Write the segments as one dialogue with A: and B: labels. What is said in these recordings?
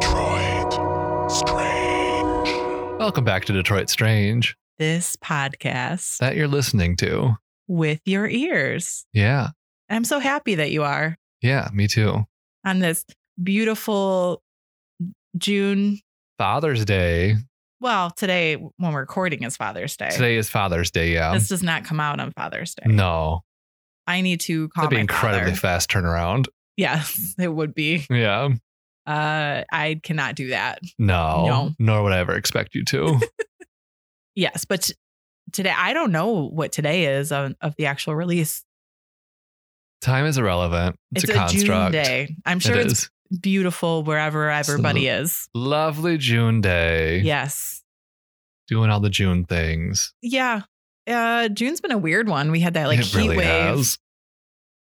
A: Detroit Strange.
B: Welcome back to Detroit Strange
C: This podcast
B: that you're listening to.
C: with your ears.
B: Yeah.
C: I'm so happy that you are
B: Yeah. Me too.
C: on this beautiful June.
B: Father's Day.
C: Well, today, when we're recording, is Father's Day.
B: Today is Father's Day. Yeah.
C: this does not come out on Father's Day.
B: no,
C: I need to call
B: that'd be
C: my
B: incredibly
C: father.
B: fast turnaround.
C: Yes, it would be.
B: Yeah.
C: Uh, I cannot do that.
B: No,
C: No.
B: nor would I ever expect you to.
C: Yes, but t- today I don't know what today is of, of the actual release.
B: Time is irrelevant. It's, a,
C: June
B: construct.
C: day. I'm sure
B: it
C: it's
B: is.
C: beautiful wherever everybody is.
B: Lovely June day.
C: Yes.
B: Doing all the June things.
C: Yeah. Uh, June's been a weird one. We had that like
B: it
C: heat
B: really
C: wave.
B: has.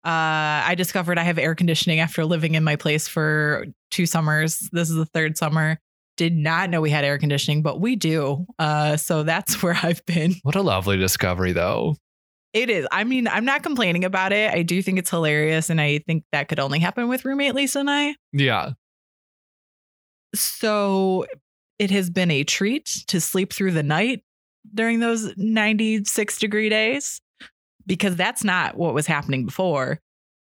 C: Uh, I discovered I have air conditioning after living in my place for two summers. This is the third summer. Did not know we had air conditioning, but we do. Uh, so that's where I've been.
B: What a lovely discovery, though.
C: It is. I mean, I'm not complaining about it. I do think it's hilarious, and I think that could only happen with roommate Lisa and I.
B: Yeah.
C: So it has been a treat to sleep through the night during those 96 degree days because that's not what was happening before.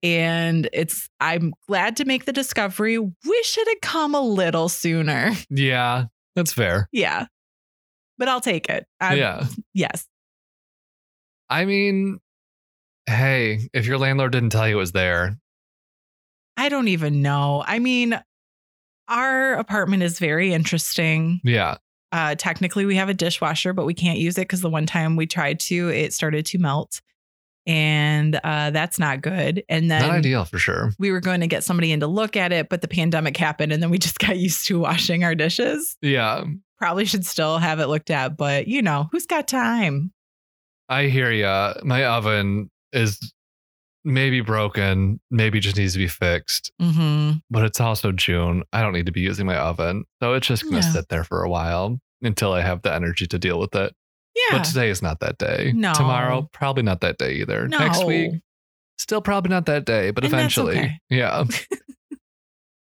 C: And it's, I'm glad to make the discovery. Wish it had come a little sooner.
B: Yeah. That's fair.
C: Yeah. But I'll take it. I'm-
B: yeah.
C: Yes.
B: I mean, hey, if your landlord didn't tell you it was there,
C: I don't even know. I mean, our apartment is very interesting.
B: yeah.
C: Uh, technically, we have a dishwasher, but we can't use it because the one time we tried to, it started to melt, and uh, that's not good. And
B: Not
C: then
B: ideal for sure.
C: we were going to get somebody in to look at it, but the pandemic happened, and then we just got used to washing our dishes.
B: Yeah.
C: Probably should still have it looked at, but you know, who's got time?
B: I hear ya. My oven is maybe broken, maybe just needs to be fixed,
C: Mm-hmm.
B: but it's also June. I don't need to be using my oven. So it's just going to
C: Yeah.
B: sit there for a while until I have the energy to deal with it.
C: Yeah.
B: But today is not that day.
C: No.
B: Tomorrow, probably not that day either. Next
C: No.
B: week, still probably not that day, but
C: And that's
B: eventually.
C: okay.
B: Yeah.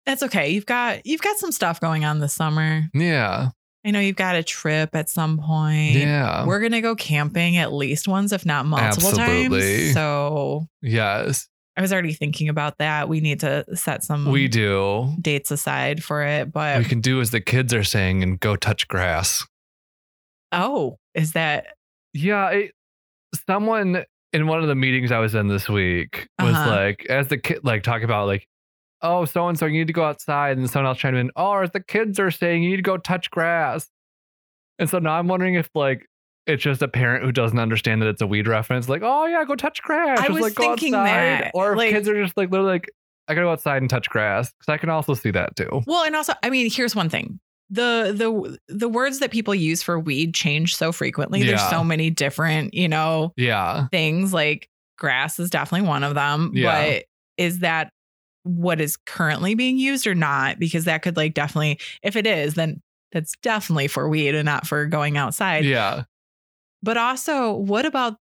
C: that's okay. You've got you've got some stuff going on this summer.
B: Yeah.
C: I know you've got a trip at some point.
B: Yeah.
C: We're gonna go camping at least once, if not multiple
B: Absolutely.
C: times. So
B: yes.
C: I was already thinking about that. We need to set some
B: We do.
C: dates aside for it. But
B: We can do as the kids are saying and go touch grass.
C: oh, is that
B: Yeah. It, someone in one of the meetings I was in this week was
C: Uh-huh.
B: like, as the kid, like, talk about, like, oh, so and so, you need to go outside. And someone else chimed in, oh, as the kids are saying, you need to go touch grass. And so now I'm wondering if, like, it's just a parent who doesn't understand that it's a weed reference, like, oh, yeah, go touch grass.
C: I
B: Just,
C: was
B: like, go
C: thinking
B: outside.
C: that,
B: Or if
C: like-
B: kids are just like, literally, like, I gotta go outside and touch grass. Cause I can also see that too.
C: well? And also, I mean, here's one thing: the the the words that people use for weed change so frequently.
B: Yeah.
C: There's so many different, you know,
B: Yeah.
C: things. Like grass is definitely one of them.
B: Yeah.
C: But is that what is currently being used or not? Because that could like definitely, if it is, then that's definitely for weed and not for going outside.
B: Yeah.
C: But also, what about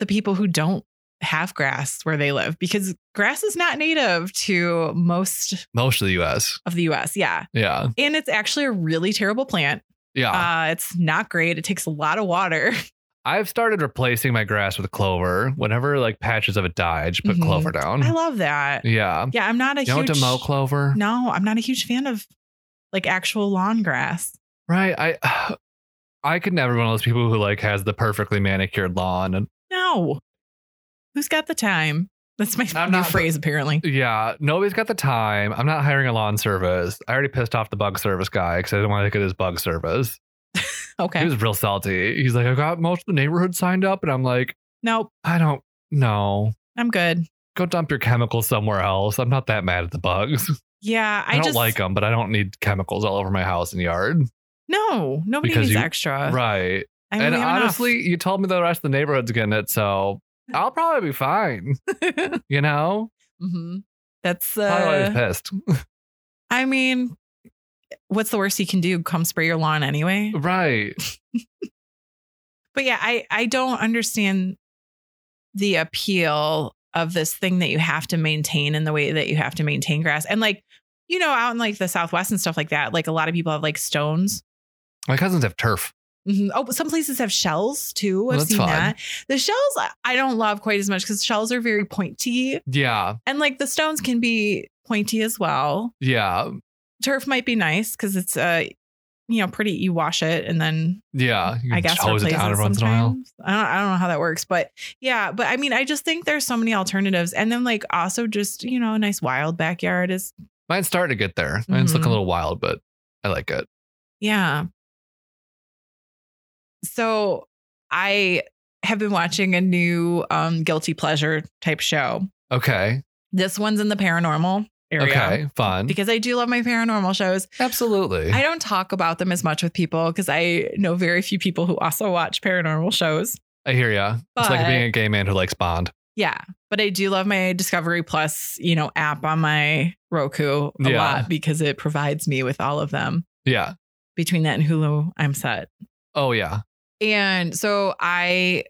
C: the people who don't have grass where they live? Because grass is not native to most
B: most of the US.
C: of the US. Yeah.
B: Yeah.
C: And it's actually a really terrible plant.
B: Yeah.
C: Uh, it's not great. It takes a lot of water.
B: I've started replacing my grass with clover. Whenever like patches of it die, I just put
C: Mhm.
B: clover down.
C: I love that.
B: Hmm. yeah.
C: Yeah. I'm not a
B: You don't
C: huge
B: have to mow clover.
C: No, I'm not a huge fan of like actual lawn grass.
B: Right. I I could never be one of those people who like has the perfectly manicured lawn and
C: No. Who's got the time? That's my
B: I'm
C: new
B: not-
C: phrase, apparently.
B: yeah, nobody's got the time. I'm not hiring a lawn service. I already pissed off the bug service guy because I didn't want to look at his bug service. He
C: Okay.
B: was real salty. He's like, I got most of the neighborhood signed up, and I'm like,
C: nope.
B: I don't know.
C: I'm good.
B: Go dump your chemicals somewhere else. I'm not that mad at the bugs.
C: Yeah. I,
B: I, don't
C: just,
B: like them, but I don't need chemicals all over my house and yard.
C: No, nobody
B: Because
C: needs
B: you-
C: extra.
B: right.
C: I mean,
B: and
C: Uh, we have enough.
B: honestly, you told me the rest of the neighborhood's getting it, so I'll probably be fine. you know?
C: Mhm. that's
B: Probably why I
C: uh,
B: was pissed.
C: I mean, what's the worst he can do? Come spray your lawn anyway.
B: Right.
C: But yeah, I I don't understand the appeal of this thing that you have to maintain and the way that you have to maintain grass. And like, you know, out in like the Southwest and stuff like that, like a lot of people have like stones.
B: My cousins have turf.
C: Mhm. Oh, but some places have shells too. I've
B: Well, that's
C: seen
B: fine.
C: that. The shells I- I don't love quite as much because shells are very pointy,
B: Yeah.
C: and like the stones can be pointy as well.
B: Yeah.
C: Turf might be nice because it's uh, you know, pretty. You wash it and then
B: Yeah. You
C: Mm, I
B: can
C: guess
B: just hose it
C: replace
B: down
C: it
B: every once in a while.
C: sometimes. I don't, I don't know how that works, but yeah. But I mean, I just think there's so many alternatives, and then like also just you know a nice wild backyard is
B: Mine's starting to get there. Mine's
C: Mm-hmm.
B: looking a little wild, but I like it.
C: yeah. So I have been watching a new um guilty pleasure type show.
B: Okay.
C: This one's in the paranormal area
B: Okay. Fun.
C: because I do love my paranormal shows.
B: Absolutely.
C: I don't talk about them as much with people because I know very few people who also watch paranormal shows.
B: I hear ya. It's like
C: But-
B: being a gay man who likes Bond.
C: Yeah, but I do love my Discovery Plus, you know, app on my Roku a
B: Yeah.
C: lot because it provides me with all of them.
B: Yeah.
C: Between that and Hulu, I'm set.
B: Oh yeah.
C: And so I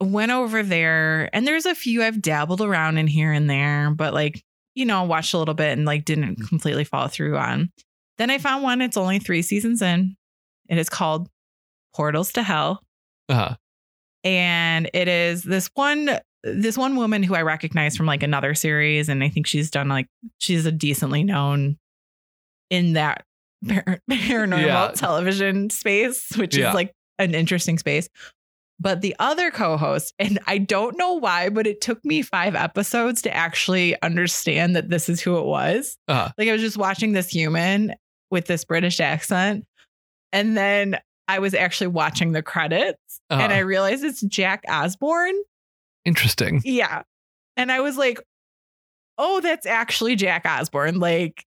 C: went over there and there's a few I've dabbled around in here and there, but like, you know, watched a little bit and like didn't completely follow through on. Then I found one, it's only 3 seasons in. It is called Portals to Hell.
B: Uh-huh.
C: and it is this one this one woman who I recognize from like another series, and I think she's done like she's a decently known in that par- paranormal
B: Yeah.
C: television space, which
B: Yeah.
C: is like an interesting space. But the other co-host, and I don't know why, but it took me five episodes to actually understand that this is who it was.
B: Uh-huh.
C: Like I was just watching this human with this British accent, and then I was actually watching the credits
B: Uh-huh.
C: and I realized it's Jack Osborne.
B: Interesting.
C: Yeah. And I was like, oh, that's actually Jack Osborne, like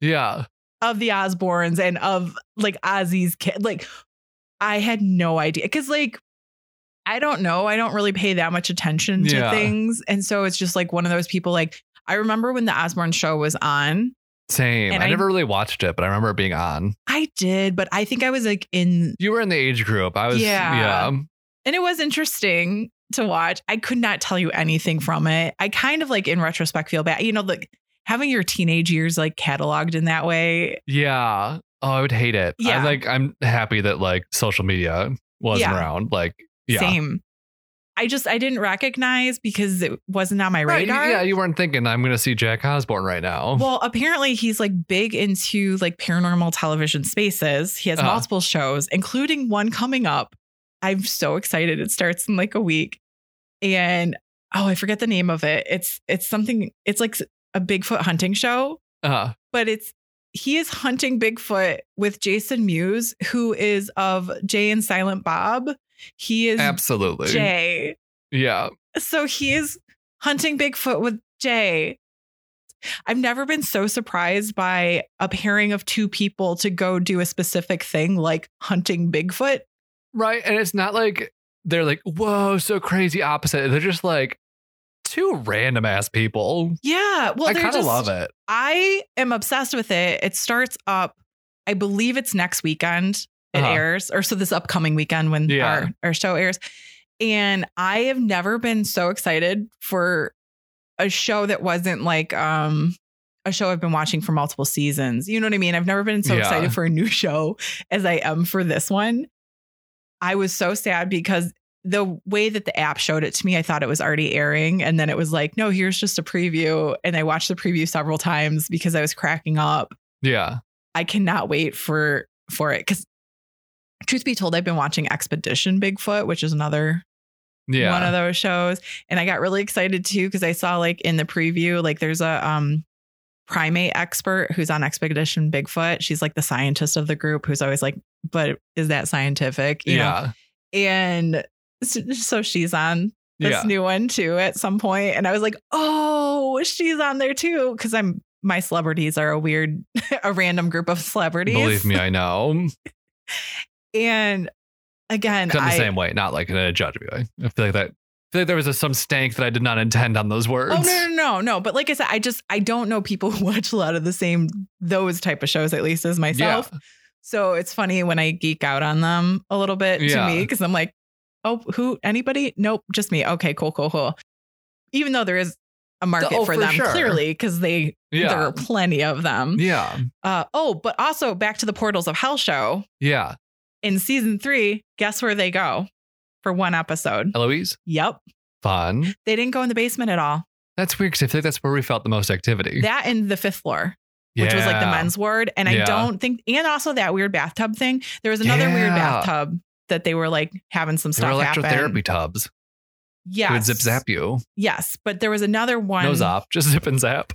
B: Yeah.
C: of the Osbournes and of like Ozzy's kid. Like, I had no idea. Cause like, I don't know. I don't really pay that much attention to
B: Yeah.
C: things. And so it's just like one of those people, like, I remember when the Osborne show was on.
B: Same.
C: And
B: I,
C: I-
B: never really watched it, but I remember it being on.
C: I did, but I think I was like in,
B: You were in the age group. I was
C: Yeah.
B: yeah.
C: and it was interesting to watch. I could not tell you anything from it. I kind of like in retrospect feel bad. You know, like having your teenage years like cataloged in that way.
B: Yeah. Oh, I would hate it.
C: Yeah.
B: I'm like, I'm happy that like social media wasn't
C: Yeah.
B: around. Like, yeah.
C: Same. I just I didn't recognize because it wasn't on my
B: Right, you-
C: radar.
B: yeah, you weren't thinking I'm going to see Jack Osborne right now.
C: Well, apparently he's like big into like paranormal television spaces. He has
B: Uh-huh.
C: multiple shows, including one coming up. I'm so excited. It starts in like a week. And oh, I forget the name of it. It's it's something it's like a Bigfoot hunting show.
B: uh,
C: but it's he is hunting Bigfoot with Jason Mewes, who is of Jay and Silent Bob. He is
B: absolutely.
C: Jay.
B: Yeah.
C: So he is hunting Bigfoot with Jay. I've never been so surprised by a pairing of two people to go do a specific thing like hunting Bigfoot.
B: Right. And it's not like they're like, whoa, so crazy opposite. They're just like two random ass people.
C: Yeah. Well,
B: I kind of love it.
C: I am obsessed with it. It starts up, I believe it's next weekend it
B: Uh-huh.
C: airs, or so this upcoming weekend when
B: Yeah.
C: our, our show airs. And I have never been so excited for a show that wasn't like um a show I've been watching for multiple seasons. You know what I mean? I've never been so
B: Yeah.
C: excited for a new show as I am for this one. I was so sad because the way that the app showed it to me, I thought it was already airing. And then it was like, no, here's just a preview. And I watched the preview several times because I was cracking up.
B: Yeah.
C: I cannot wait for for it. Cause truth be told, I've been watching Expedition Bigfoot, which is another
B: Yeah.
C: one of those shows. And I got really excited too because I saw like in the preview, like there's a um primate expert who's on Expedition Bigfoot. She's like the scientist of the group who's always like, but is that scientific? You know?
B: yeah.
C: and s- so she's on this
B: Yeah.
C: new one too at some point and i was like oh she's on there too because i'm my celebrities are a weird a random group of celebrities
B: Believe me, I know.
C: and again
B: Not in the
C: I,
B: same way, not like in a judge way. I feel like that feel like there was a, some stank that I did not intend on those words.
C: Oh no, no, no, no. But like I said, I just I don't know people who watch a lot of the same those type of shows at least as myself. So it's funny when I geek out on them a little bit
B: Yeah.
C: to me because I'm like, oh, who? Anybody? Nope, just me. Okay, cool, cool, cool. Even though there is a market
B: Oh,
C: for,
B: for
C: them
B: sure.
C: clearly because they there
B: Yeah.
C: are plenty of them.
B: Yeah.
C: Uh, oh, but also back to the Portals of Hell show
B: Yeah.
C: in season three. Guess where they go for one episode?
B: Eloise,
C: Yep,
B: fun.
C: they didn't go in the basement at all.
B: That's weird because I feel like that's where we felt the most activity.
C: That and the fifth floor. which was like the
B: Yeah.
C: men's ward. And
B: Yeah.
C: I don't think, and also that weird bathtub thing. There was another weird
B: Yeah.
C: bathtub that they were like having some
B: There
C: stuff
B: were
C: happen.
B: electrotherapy tubs.
C: Yes.
B: It would zip zap you.
C: Yes. But there was another one.
B: No zop, just zip and zap.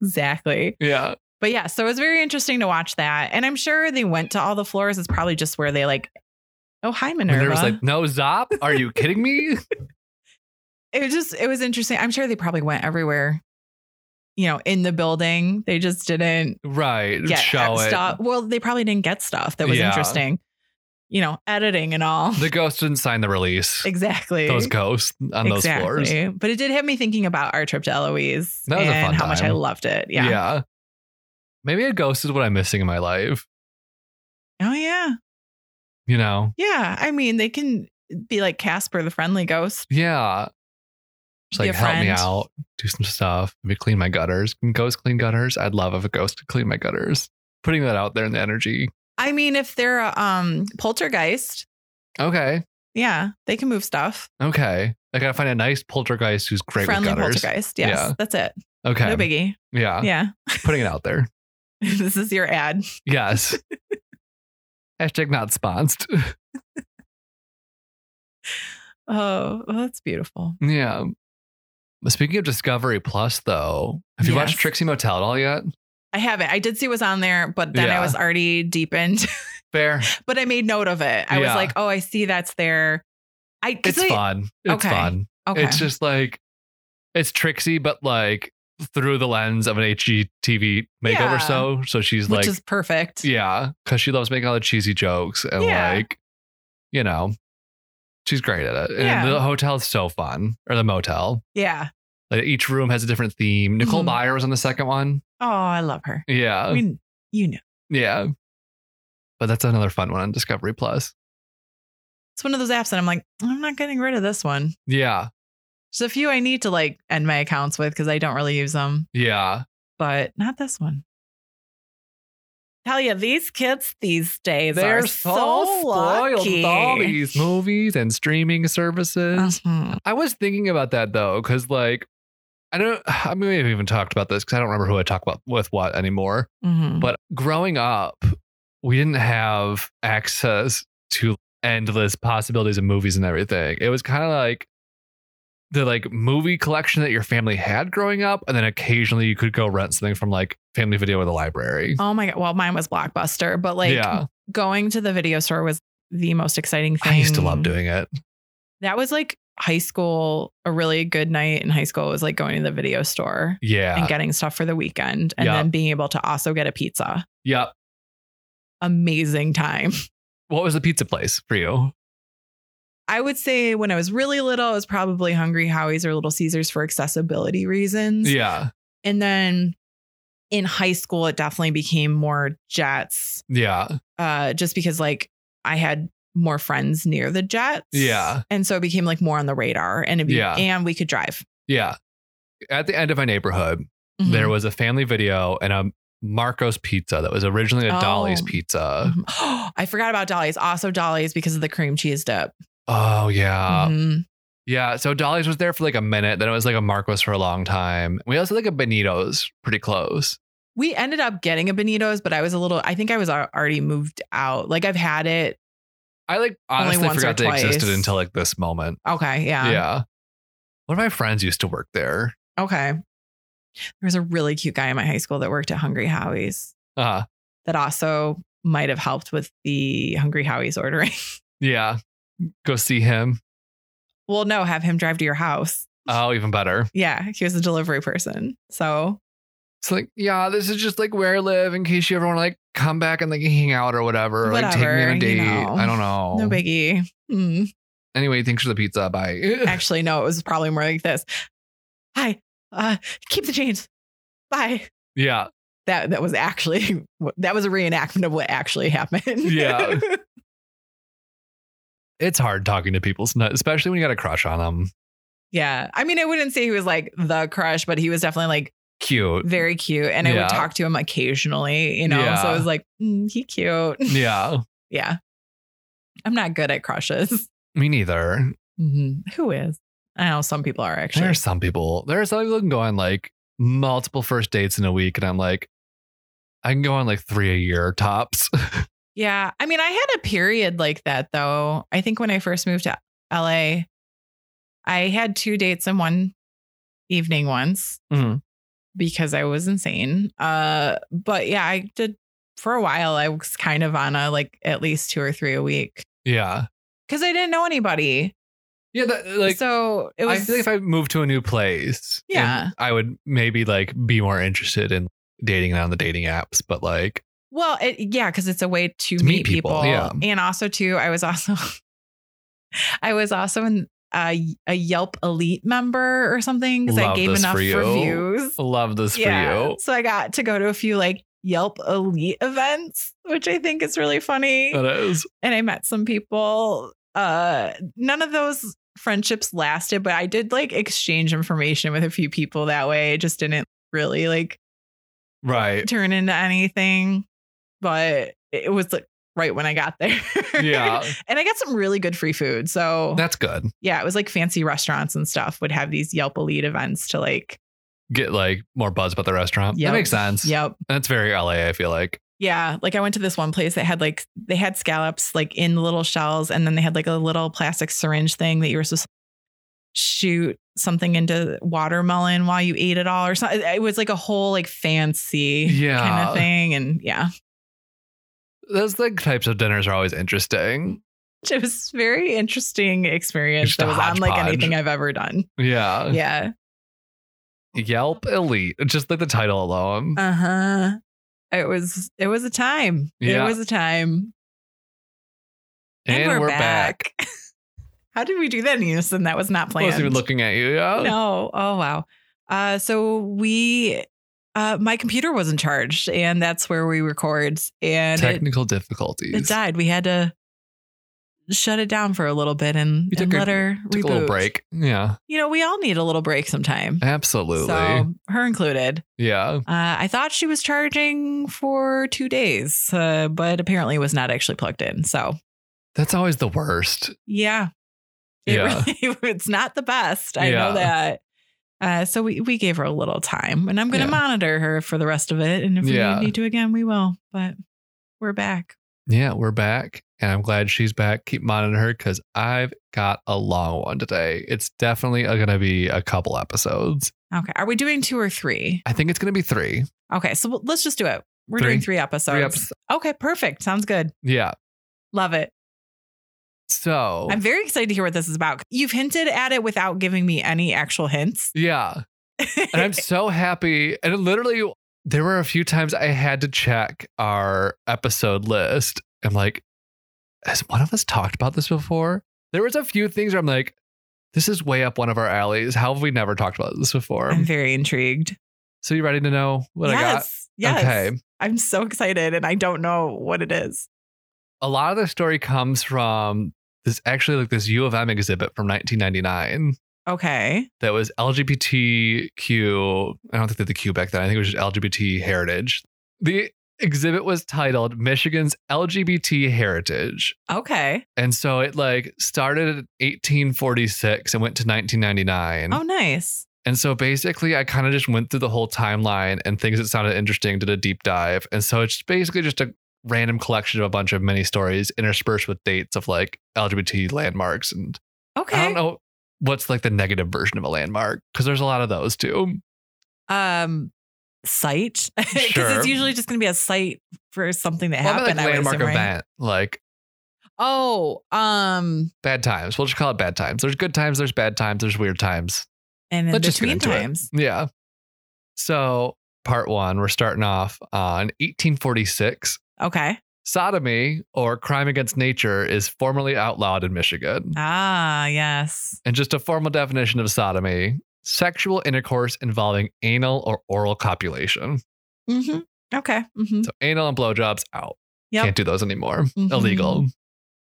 C: Exactly.
B: Yeah.
C: But yeah, so it was very interesting to watch that. And I'm sure they went to all the floors. It's probably just where they like, oh, hi, Minerva.
B: And there was like, no zop? Are you kidding me?
C: it was just, it was interesting. I'm sure they probably went everywhere, you know, in the building. They just didn't
B: right.
C: get
B: Show it.
C: stuff. Well, they probably didn't get stuff that was
B: Yeah.
C: interesting, you know, editing and all.
B: The ghost didn't sign the release.
C: Exactly.
B: Those ghosts on those floors.
C: But it did have me thinking about our trip to Eloise
B: That was a
C: and
B: fun
C: how much I
B: time.
C: loved it. Yeah.
B: Maybe a ghost is what I'm missing in my life.
C: Oh yeah.
B: You know?
C: Yeah. I mean, they can be like Casper the friendly ghost.
B: Yeah. Just
C: Be
B: like
C: a
B: help me
C: friend.
B: out, do some stuff, maybe clean my gutters. Can ghosts clean gutters? I'd love if a ghost could clean my gutters. Putting that out there in the energy.
C: I mean, if they're a um poltergeist,
B: Okay.
C: yeah, they can move stuff.
B: Okay. I gotta find a nice poltergeist who's great
C: friendly
B: with gutters.
C: poltergeist. Yes.
B: Yeah.
C: That's it.
B: Okay.
C: No biggie.
B: yeah.
C: Yeah.
B: Putting it out there.
C: this is your ad.
B: Yes. Hashtag not sponsored.
C: Oh, well, that's beautiful.
B: Yeah. Speaking of Discovery Plus, though, have you watched
C: Yes.
B: Trixie Motel at all yet?
C: I haven't. I did see what's on there, but then
B: Yeah.
C: I was already deep in
B: Fair.
C: but I made note of it. I
B: Yeah.
C: was like, oh, I see that's there. I 'cause
B: It's
C: I-
B: fun. It's
C: Okay.
B: fun.
C: Okay.
B: It's just like it's Trixie, but like through the lens of an HGTV makeover
C: Yeah.
B: show. So she's
C: which
B: like,
C: is perfect.
B: yeah, because she loves making all the cheesy jokes and
C: Yeah.
B: like, you know, she's great at it.
C: Yeah.
B: And the hotel is so fun, or the motel.
C: Yeah.
B: Like each room has a different theme. Nicole
C: Mhm.
B: Byer was on the second one.
C: Oh, I love her.
B: Yeah.
C: we, you know,
B: yeah. But that's another fun one on Discovery Plus.
C: it's one of those apps that I'm like, I'm not getting rid of this one.
B: Yeah.
C: There's a few I need to like end my accounts with because I don't really use them,
B: Yeah.
C: but not this one. Tell you, these kids these days are so,
B: spoiled
C: lucky.
B: with all these movies and streaming services.
C: Mhm.
B: I was thinking about that though, because like I don't. I mean, we haven't even talked about this because I don't remember who I talk about with what anymore.
C: Mhm.
B: But growing up, we didn't have access to endless possibilities of movies and everything. It was kind of like the like movie collection that your family had growing up, and then occasionally you could go rent something from like Family Video or the library.
C: Oh my god! Well, mine was Blockbuster, but like
B: yeah,
C: going to the video store was the most exciting thing.
B: I used to love doing it.
C: That was like high school. A really good night in high school was like going to the video store.
B: Yeah,
C: and getting stuff for the weekend and
B: Yeah.
C: then being able to also get a pizza.
B: yeah.
C: Amazing time.
B: What was the pizza place for you?
C: I would say when I was really little, I was probably Hungry Howie's or Little Caesars for accessibility reasons.
B: Yeah,
C: And then in high school, it definitely became more Jets,
B: yeah,
C: uh, just because like I had more friends near the Jets.
B: Yeah.
C: And so it became like more on the radar and it be-
B: Yeah.
C: and we could drive.
B: yeah. At the end of my neighborhood,
C: Mhm.
B: there was a family video and a Marco's pizza that was originally a
C: Oh.
B: Dolly's pizza.
C: Mhm. I forgot about Dolly's. Also Dolly's because of the cream cheese dip.
B: Oh yeah.
C: Mhm.
B: Yeah. So Dolly's was there for like a minute, then it was like a Marco's for a long time. We also had, like a Benito's pretty close.
C: We ended up getting a Benito's, but I was a little, I think I was al- already moved out. Like I've had it.
B: I like
C: Only
B: honestly
C: once or
B: forgot they
C: twice.
B: existed until like this moment.
C: Okay. Yeah.
B: Yeah. One of my friends used to work there.
C: Okay. There was a really cute guy in my high school that worked at Hungry Howie's
B: Uh
C: that also might have helped with the Hungry Howie's ordering.
B: yeah. Go see him.
C: well, no, have him drive to your house.
B: Oh, even better.
C: Yeah. He was a delivery person. So
B: It's like, yeah, this is just like where I live in case you ever want to like come back and like hang out or whatever. Or like take me on
C: Whatever,
B: a
C: you
B: date.
C: know.
B: I don't know.
C: no biggie. Mm.
B: Anyway, thanks for the pizza. Bye.
C: Actually, no, it was probably more like this. Hi, uh, keep the change. Bye.
B: yeah.
C: That that was actually that was a reenactment of what actually happened.
B: Yeah. It's hard talking to people, sn- especially when you got a crush on them.
C: yeah. I mean, I wouldn't say he was like the crush, but he was definitely like
B: Cute.
C: very cute. And I
B: Yeah.
C: would talk to him occasionally, you know. So
B: Yeah.
C: I was like, mm, he cute.
B: Yeah.
C: yeah. I'm not good at crushes.
B: Me neither. Mm-hmm.
C: Mhm. Who is? I know some people are actually.
B: There are some people. There are some people who can go on like multiple first dates in a week, and I'm like, I can go on like three a year tops.
C: Yeah. I mean, I had a period like that though. I think when I first moved to LA, I had two dates in one evening once
B: Mhm.
C: because I was insane. Uh but yeah, I did for a while I was kind of on a like at least two or three a week
B: yeah,
C: cuz I didn't know anybody.
B: yeah. That, like,
C: so it
B: I
C: was
B: think if I moved to a new place, and
C: Yeah.
B: I would maybe like be more interested in dating on the dating apps. But like,
C: Well, it, yeah, because it's a way to,
B: To
C: meet,
B: meet people,
C: people,
B: yeah.
C: and also too, I was also, I was also in a, a Yelp Elite member or something because I
B: Love
C: gave
B: this
C: enough
B: for you.
C: reviews.
B: love this for you.
C: so I got to go to a few like Yelp Elite events, which I think is really funny,
B: That is
C: and I met some people. Uh, none of those friendships lasted, but I did like exchange information with a few people that way. It just didn't really like
B: right.
C: turn into anything, but it was like right when I got there.
B: Yeah,
C: and I got some really good free food. So
B: that's good.
C: yeah, it was like fancy restaurants and stuff would have these Yelp Elite events to like,
B: Get like more buzz about the restaurant.
C: Yep.
B: That makes sense.
C: yep.
B: that's very LA. I feel like.
C: Yeah. Like I went to this one place that had like, they had scallops like in little shells and then they had like a little plastic syringe thing that you were supposed to shoot something into watermelon while you ate it all or something. It was like a whole like fancy kind
B: Yeah.
C: of thing. And yeah.
B: Those like types of dinners are always interesting.
C: it was very interesting experience
B: Just
C: that
B: a
C: was unlike
B: hodgepodge. Uh.
C: anything I've ever done.
B: Yeah.
C: Yeah.
B: Yelp Elite. Just like the title alone.
C: Uh huh. It was it was a time.
B: Yeah.
C: It was a time. How did we do that in unison? That was not
B: I
C: planned.
B: wasn't even looking at you. Yeah.
C: No. Oh wow. Uh, so we, uh, my computer wasn't charged, and that's where we record, and it,
B: Technical difficulties.
C: it died. We had to shut it down for a little bit and,
B: We took
C: and
B: a-
C: let her
B: Took
C: reboot.
B: a little break. Yeah.
C: You know, we all need a little break sometime.
B: Absolutely.
C: So her included.
B: yeah.
C: Uh, I thought she was charging for two days, uh, but apparently was not actually plugged in. So
B: That's always the worst.
C: yeah, it
B: Yeah.
C: really, it's not the best. I
B: Yeah.
C: know that. Uh, so we, we gave her a little time, and I'm going to
B: Yeah.
C: monitor her for the rest of it. And if
B: Yeah.
C: we need to again, we will. But we're back.
B: Yeah. We're back. And I'm glad she's back. Keep monitoring her because I've got a long one today. It's definitely going to be a couple episodes.
C: Okay, are we doing two or three?
B: I think it's going to be three.
C: Okay, so we'll- let's just do it. We're
B: Three.
C: doing three episodes.
B: Three episodes.
C: Okay, perfect. Sounds good.
B: Yeah.
C: Love it.
B: So,
C: I'm very excited to hear what this is about. You've hinted at it without giving me any actual hints.
B: yeah. and I'm so happy. And it literally, there were a few times I had to check our episode list. I'm like, has one of us talked about this before? There was a few things where I'm like, this is way up one of our alleys. How have we never talked about this before?
C: I'm very intrigued.
B: So you ready to know what I got?
C: yes. Yes.
B: Okay.
C: I'm so excited and I don't know what it is.
B: A lot of the story comes from this actually like this U of M exhibit from 1999
C: Okay.
B: that was LGBTQ. I don't think they had the Q back then. I think it was just LGBT heritage. The exhibit was titled Michigan's LGBT Heritage.
C: Okay.
B: And so it like started at 1846 and went to 1999.
C: Oh, nice.
B: And so basically, I kind of just went through the whole timeline and things that sounded interesting, did a deep dive. And so it's basically just a random collection of a bunch of mini stories interspersed with dates of like LGBT landmarks. And
C: Okay.
B: I don't know what's like the negative version of a landmark because there's a lot of those too.
C: Um, site. Because
B: Sure.
C: it's usually just going to be a site for something that
B: Well, I meant,
C: happened.
B: like
C: I would
B: landmark
C: assume, right?
B: event, like
C: Oh, um,
B: bad times. We'll just call it bad times. There's good times, there's bad times, there's weird times.
C: and in
B: Let's just get
C: between
B: into it.
C: times.
B: Yeah. So part one, we're starting off on 1846.
C: Okay.
B: Sodomy or crime against nature is formally outlawed in Michigan.
C: Ah, yes.
B: And just a formal definition of sodomy sexual intercourse involving anal or oral copulation.
C: Mm-hmm. Okay. Mm-hmm.
B: So anal and blowjobs out.
C: Yep.
B: Can't do those anymore.
C: Mhm.
B: Illegal.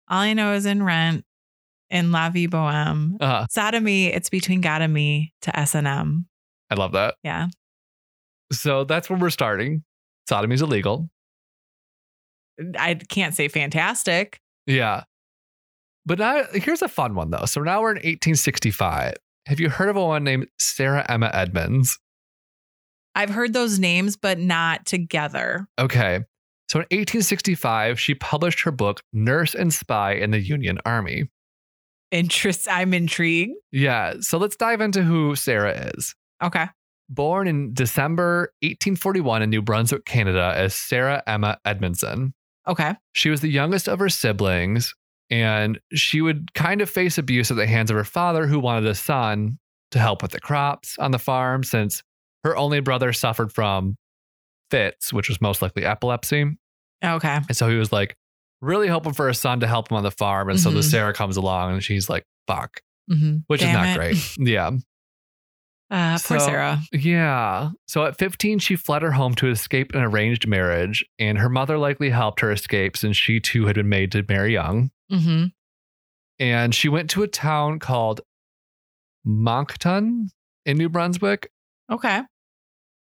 C: All I know is in Rent, in La Vie Boheme,
B: Uh,
C: sodomy. It's between God and me to S and M.
B: I love that.
C: Yeah.
B: So that's where we're starting. Sodomy's illegal.
C: I can't say fantastic.
B: Yeah. But now here's a fun one though. So now we're in 1865. Have you heard of a woman named Sarah Emma Edmonds?
C: I've heard those names, but not together.
B: Okay. So in 1865, she published her book Nurse and Spy in the Union Army.
C: Interest. I'm intrigued.
B: Yeah, so let's dive into who Sarah is.
C: Okay.
B: Born in December 1841 in New Brunswick, Canada, as Sarah Emma Edmondson.
C: Okay.
B: She was the youngest of her siblings, and she would kind of face abuse at the hands of her father, who wanted a son to help with the crops on the farm, since her only brother suffered from fits, which was most likely epilepsy. And
C: Okay.
B: so he was like really hoping for a son to help him on the farm. And so the
C: Mhm.
B: Sarah comes along and she's like, fuck,
C: Mm-hmm.
B: which
C: Damn
B: is not
C: it.
B: great. Yeah.
C: Uh, poor
B: So-
C: Sarah.
B: Yeah. So at 15, she fled her home to escape an arranged marriage, and her mother likely helped her escape since she too had been made to marry young.
C: Mm-hmm.
B: and she went to a town called Moncton in New Brunswick,
C: Okay.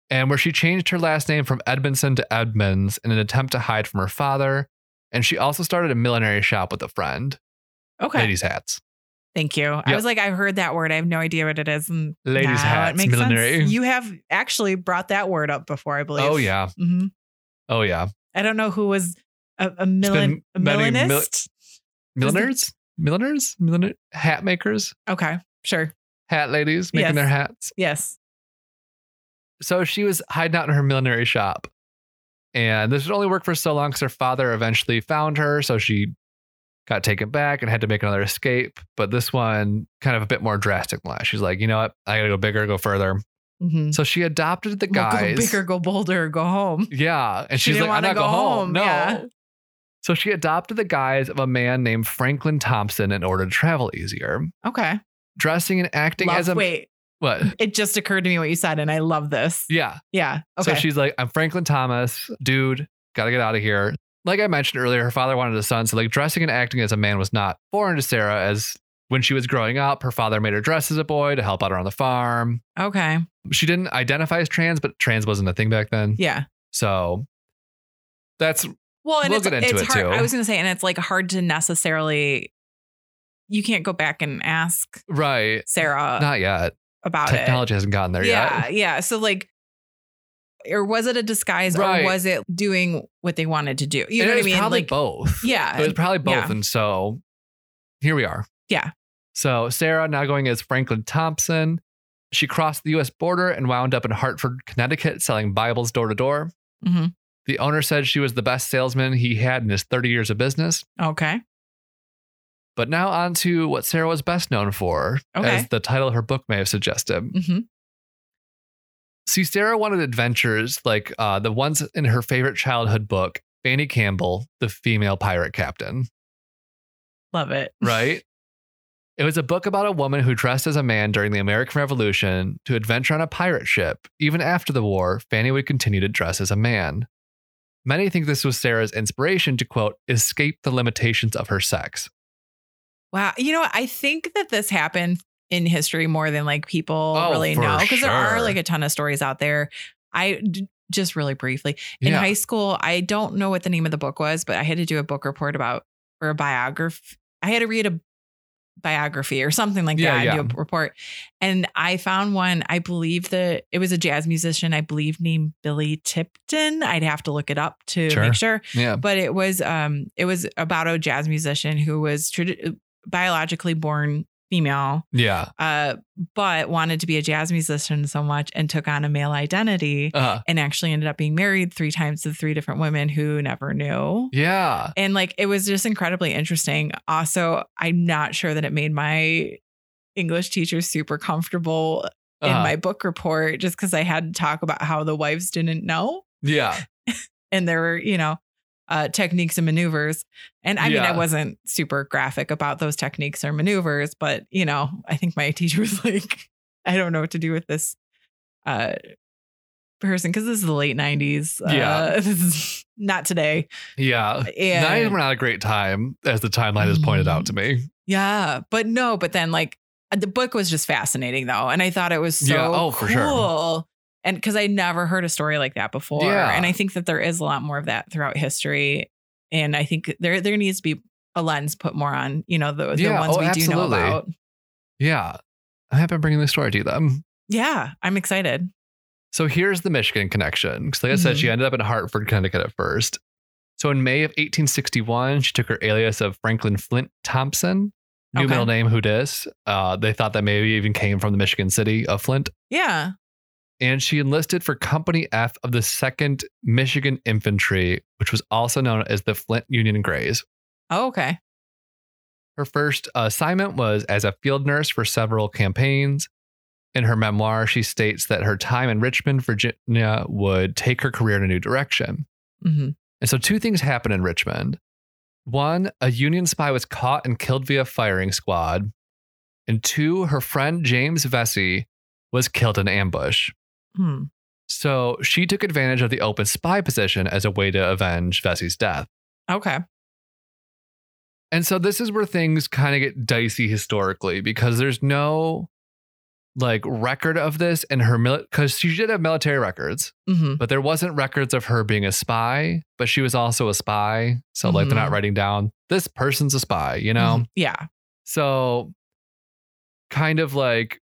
B: and where she changed her last name from Edmondson to Edmonds in an attempt to hide from her father. And she also started a millinery shop with a friend,
C: Okay.
B: ladies' hats.
C: Thank you. I
B: Yeah.
C: was like, I heard that word. I have no idea what it is. And
B: Ladies'
C: now
B: hats, millinery.
C: You have actually brought that word up before, I believe.
B: Oh yeah,
C: hmm
B: oh yeah.
C: I don't know who was a, a, millin-
B: been
C: a
B: many mil-
C: millinist. Does
B: Milliners, milliners, milliner, hat makers,
C: okay. Sure.
B: hat ladies making
C: Yes.
B: their hats.
C: Yes.
B: So she was hiding out in her millinery shop, and this would only work for so long because her father eventually found her. So she got taken back and had to make another escape. But this one, kind of a bit more drastic than last. She's like, you know what? I gotta go bigger, go further.
C: Mm-hmm.
B: So she adopted the guys.
C: Go bigger, go bolder, go home.
B: Yeah, and
C: She
B: she's
C: didn't
B: like, I'm
C: wanna
B: not
C: go
B: go home.
C: home,
B: No.
C: yeah.
B: So she adopted the guise of a man named Franklin Thompson in order to travel easier,
C: Okay.
B: dressing and acting
C: Love-
B: as a
C: Wait,
B: what?
C: it just occurred to me what you said, and I love this.
B: Yeah,
C: Yeah. Okay.
B: So she's like, I'm Franklin Thomas, dude, gotta get out of here. Like I mentioned earlier, her father wanted a son. So, like, dressing and acting as a man was not foreign to Sarah. As when she was growing up, her father made her dress as a boy to help out around the farm.
C: okay.
B: She didn't identify as trans, but trans wasn't a thing back then.
C: Yeah.
B: So, that's
C: Well, and
B: We'll
C: it's,
B: get into
C: it's
B: it,
C: hard.
B: too.
C: I was going to say, and it's like hard to necessarily, you can't go back and ask
B: right.
C: Sarah
B: not yet.
C: about Uh, it.
B: Technology hasn't gotten there
C: yeah,
B: yet.
C: yeah. So like, or was it a disguise,
B: Right.
C: or was it doing what they wanted to do?
B: And
C: You know
B: it
C: what I
B: was
C: mean?
B: probably
C: like,
B: both.
C: yeah,
B: It was probably both.
C: Yeah.
B: And so here we are.
C: Yeah.
B: So Sarah now going as Franklin Thompson. She crossed the US border and wound up in Hartford, Connecticut, selling Bibles door to door.
C: Mhm.
B: The owner said she was the best salesman he had in his 30 years of business.
C: okay,
B: But now on to what Sarah was best known for,
C: Okay.
B: as the title of her book may have suggested.
C: hmm
B: See, Sarah wanted adventures like uh, the ones in her favorite childhood book, Fanny Campbell, the female pirate captain.
C: love it.
B: right? It was a book about a woman who dressed as a man during the American Revolution to adventure on a pirate ship. Even after the war, Fanny would continue to dress as a man. Many think this was Sarah's inspiration to, quote, escape the limitations of her sex.
C: Wow. You know, I think that this happened in history more than like people
B: Oh,
C: really
B: for
C: know because there are
B: sure.
C: like a ton of stories out there. I d- just really briefly in
B: Yeah.
C: high school, I don't know what the name of the book was, but I had to do a book report about or a biography. I had to read a biography or something like
B: Yeah,
C: that
B: yeah.
C: and do a report. And I found one, I believe that it was a jazz musician, I believe named Billy Tipton. I'd have to look it up to
B: Sure.
C: make sure
B: yeah.
C: but it was um it was about a jazz musician who was tradi- biologically born female
B: Yeah.
C: uh but wanted to be a jazz musician so much and took on a male identity
B: Uh,
C: and actually ended up being married three times to three different women who never knew
B: yeah.
C: and like it was just incredibly interesting also i'm not sure that it made my english teacher super comfortable in
B: Uh,
C: my book report just because i had to talk about how the wives didn't know
B: yeah.
C: and there were you know uh, techniques and maneuvers. And I mean,
B: Yeah.
C: I wasn't super graphic about those techniques or maneuvers, but you know, I think my teacher was like, I don't know what to do with this uh, person because this is the late 90s.
B: Yeah.
C: Uh, this is not today.
B: Yeah.
C: And
B: Nine were not a great time, as the timeline has pointed out to me.
C: Yeah, but no, but then like uh, the book was just fascinating though, and I thought it was so
B: Yeah, oh,
C: cool.
B: for sure.
C: And because I never heard a story like that before,
B: Yeah.
C: and I think that there is a lot more of that throughout history, and I think there there needs to be a lens put more on you know the, the
B: Yeah,
C: ones
B: oh,
C: we do know
B: absolutely.
C: about.
B: Yeah. I have been bringing this story to them.
C: Yeah, I'm excited.
B: So here's the Michigan connection. Because, like I said,
C: Mhm.
B: she ended up in Hartford, Connecticut at first. So in May of 1861, she took her alias of Franklin Flint Thompson, new
C: Okay.
B: middle name, who dis. Uh, they thought that maybe even came from the Michigan city of Flint.
C: Yeah,
B: And she enlisted for Company F of the 2nd Michigan Infantry, which was also known as the Flint Union Grays.
C: oh, okay,
B: Her first assignment was as a field nurse for several campaigns. In her memoir, she states that her time in Richmond, Virginia would take her career in a new direction.
C: hmm
B: And so, two things happened in Richmond. One, a Union spy was caught and killed via firing squad. And two, her friend James Vesey was killed in ambush.
C: hmm.
B: So she took advantage of the open spy position as a way to avenge Vesey's death.
C: okay,
B: And so this is where things kind of get dicey historically because there's no like record of this in her because she did have military records,
C: hmm
B: but there wasn't records of her being a spy, but she was also a spy. So like they're not
C: Mhm.
B: writing down this person's a spy, you know?
C: mm-hmm, yeah,
B: So, kind of like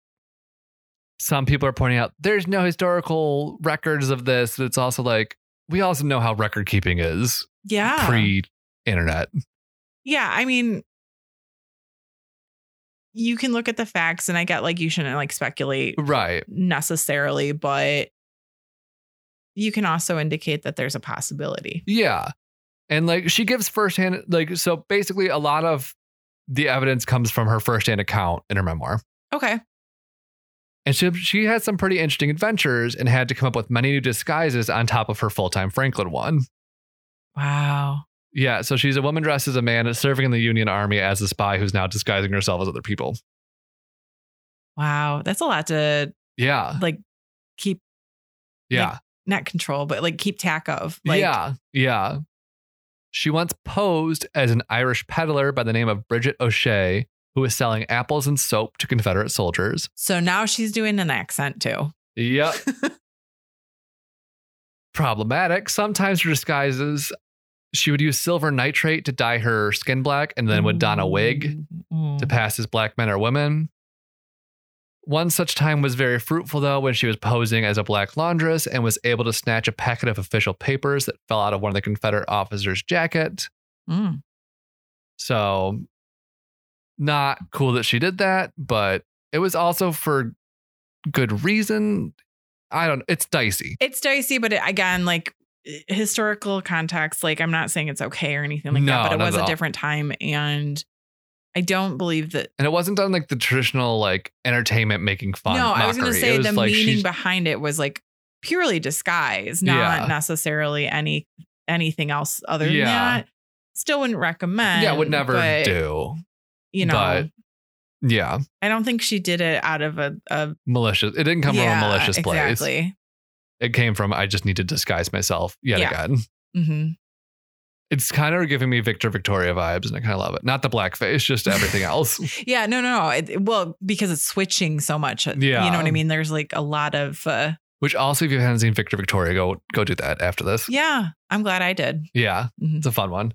B: some people are pointing out, there's no historical records of this. But it's also like we also know how record keeping is
C: yeah,
B: pre internet.
C: yeah. I mean. You can look at the facts, and I get like you shouldn't like speculate
B: Right.
C: necessarily, but you can also indicate that there's a possibility.
B: Yeah. And like she gives firsthand, like, so basically a lot of the evidence comes from her firsthand account in her memoir.
C: Okay.
B: And she, she had some pretty interesting adventures and had to come up with many new disguises on top of her full time Franklin one.
C: Wow.
B: Yeah, so she's a woman dressed as a man that's serving in the Union Army as a spy who's now disguising herself as other people.
C: Wow. That's a lot to
B: Yeah,
C: like keep
B: yeah,
C: not control, but like keep tack of. Like
B: yeah, yeah. She once posed as an Irish peddler by the name of Bridget O'Shea, who was selling apples and soap to Confederate soldiers.
C: so now she's doing an accent too.
B: Yep. Problematic. Sometimes her disguises, she would use silver nitrate to dye her skin black and then would don a wig.
C: Mm.
B: to pass as black men or women. One such time was very fruitful, though, when she was posing as a black laundress and was able to snatch a packet of official papers that fell out of one of the Confederate officer's jacket.
C: Mm.
B: So, not cool that she did that, but it was also for good reason. I don't. It's dicey.
C: It's dicey, but it, again, like eh, historical context, like I'm not saying it's okay or anything like
B: No,
C: that, but
B: not
C: it was
B: at
C: a
B: all.
C: different time. And I don't believe that
B: And it wasn't done like the traditional like entertainment making fun.
C: No, I was going to
B: mockery. It
C: say
B: was
C: the
B: like
C: meaning
B: she's-
C: behind it was like purely disguise, not
B: Yeah.
C: necessarily any anything else other than
B: Yeah.
C: that. Still wouldn't recommend.
B: yeah, would never
C: but,
B: do.
C: You know,
B: but- Yeah,
C: I don't think she did it out of a, a
B: malicious. It didn't come
C: yeah,
B: from a malicious place.
C: Exactly.
B: it came from I just need to disguise myself yet
C: Yeah.
B: again.
C: hmm
B: It's kind of giving me Victor Victoria vibes, and I kind of love it. Not the blackface, just everything else.
C: Yeah. No. No. no. It, well, because it's switching so much. uh,
B: Yeah.
C: You know what I mean? There's like a lot of. Uh,
B: Which also, if you haven't seen Victor Victoria, go go do that after this.
C: yeah. I'm glad I did.
B: Yeah,
C: Mhm.
B: it's a fun one.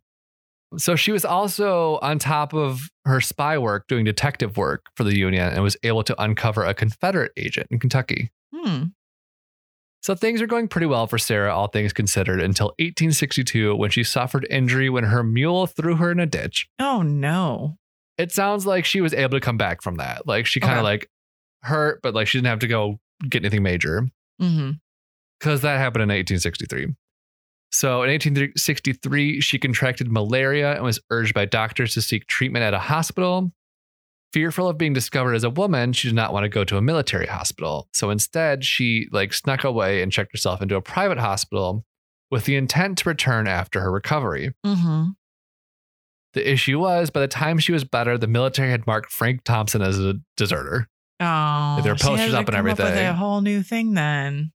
B: So she was also on top of her spy work, doing detective work for the Union, and was able to uncover a Confederate agent in Kentucky.
C: Hmm.
B: So things are going pretty well for Sarah, all things considered, until 1862 when she suffered injury when her mule threw her in a ditch.
C: Oh no.
B: it sounds like she was able to come back from that. Like she kind of
C: Okay.
B: like hurt, but like she didn't have to go get anything major
C: hmm
B: because that happened in 1863. So in 1863, she contracted malaria and was urged by doctors to seek treatment at a hospital. Fearful of being discovered as a woman, she did not want to go to a military hospital. So instead, she like snuck away and checked herself into a private hospital, with the intent to return after her recovery.
C: Mm-hmm.
B: The issue was, by the time she was better, the military had marked Frank Thompson as a deserter.
C: Oh,
B: There are
C: she had
B: posters
C: to
B: up and
C: come with
B: everything.
C: a whole new thing then.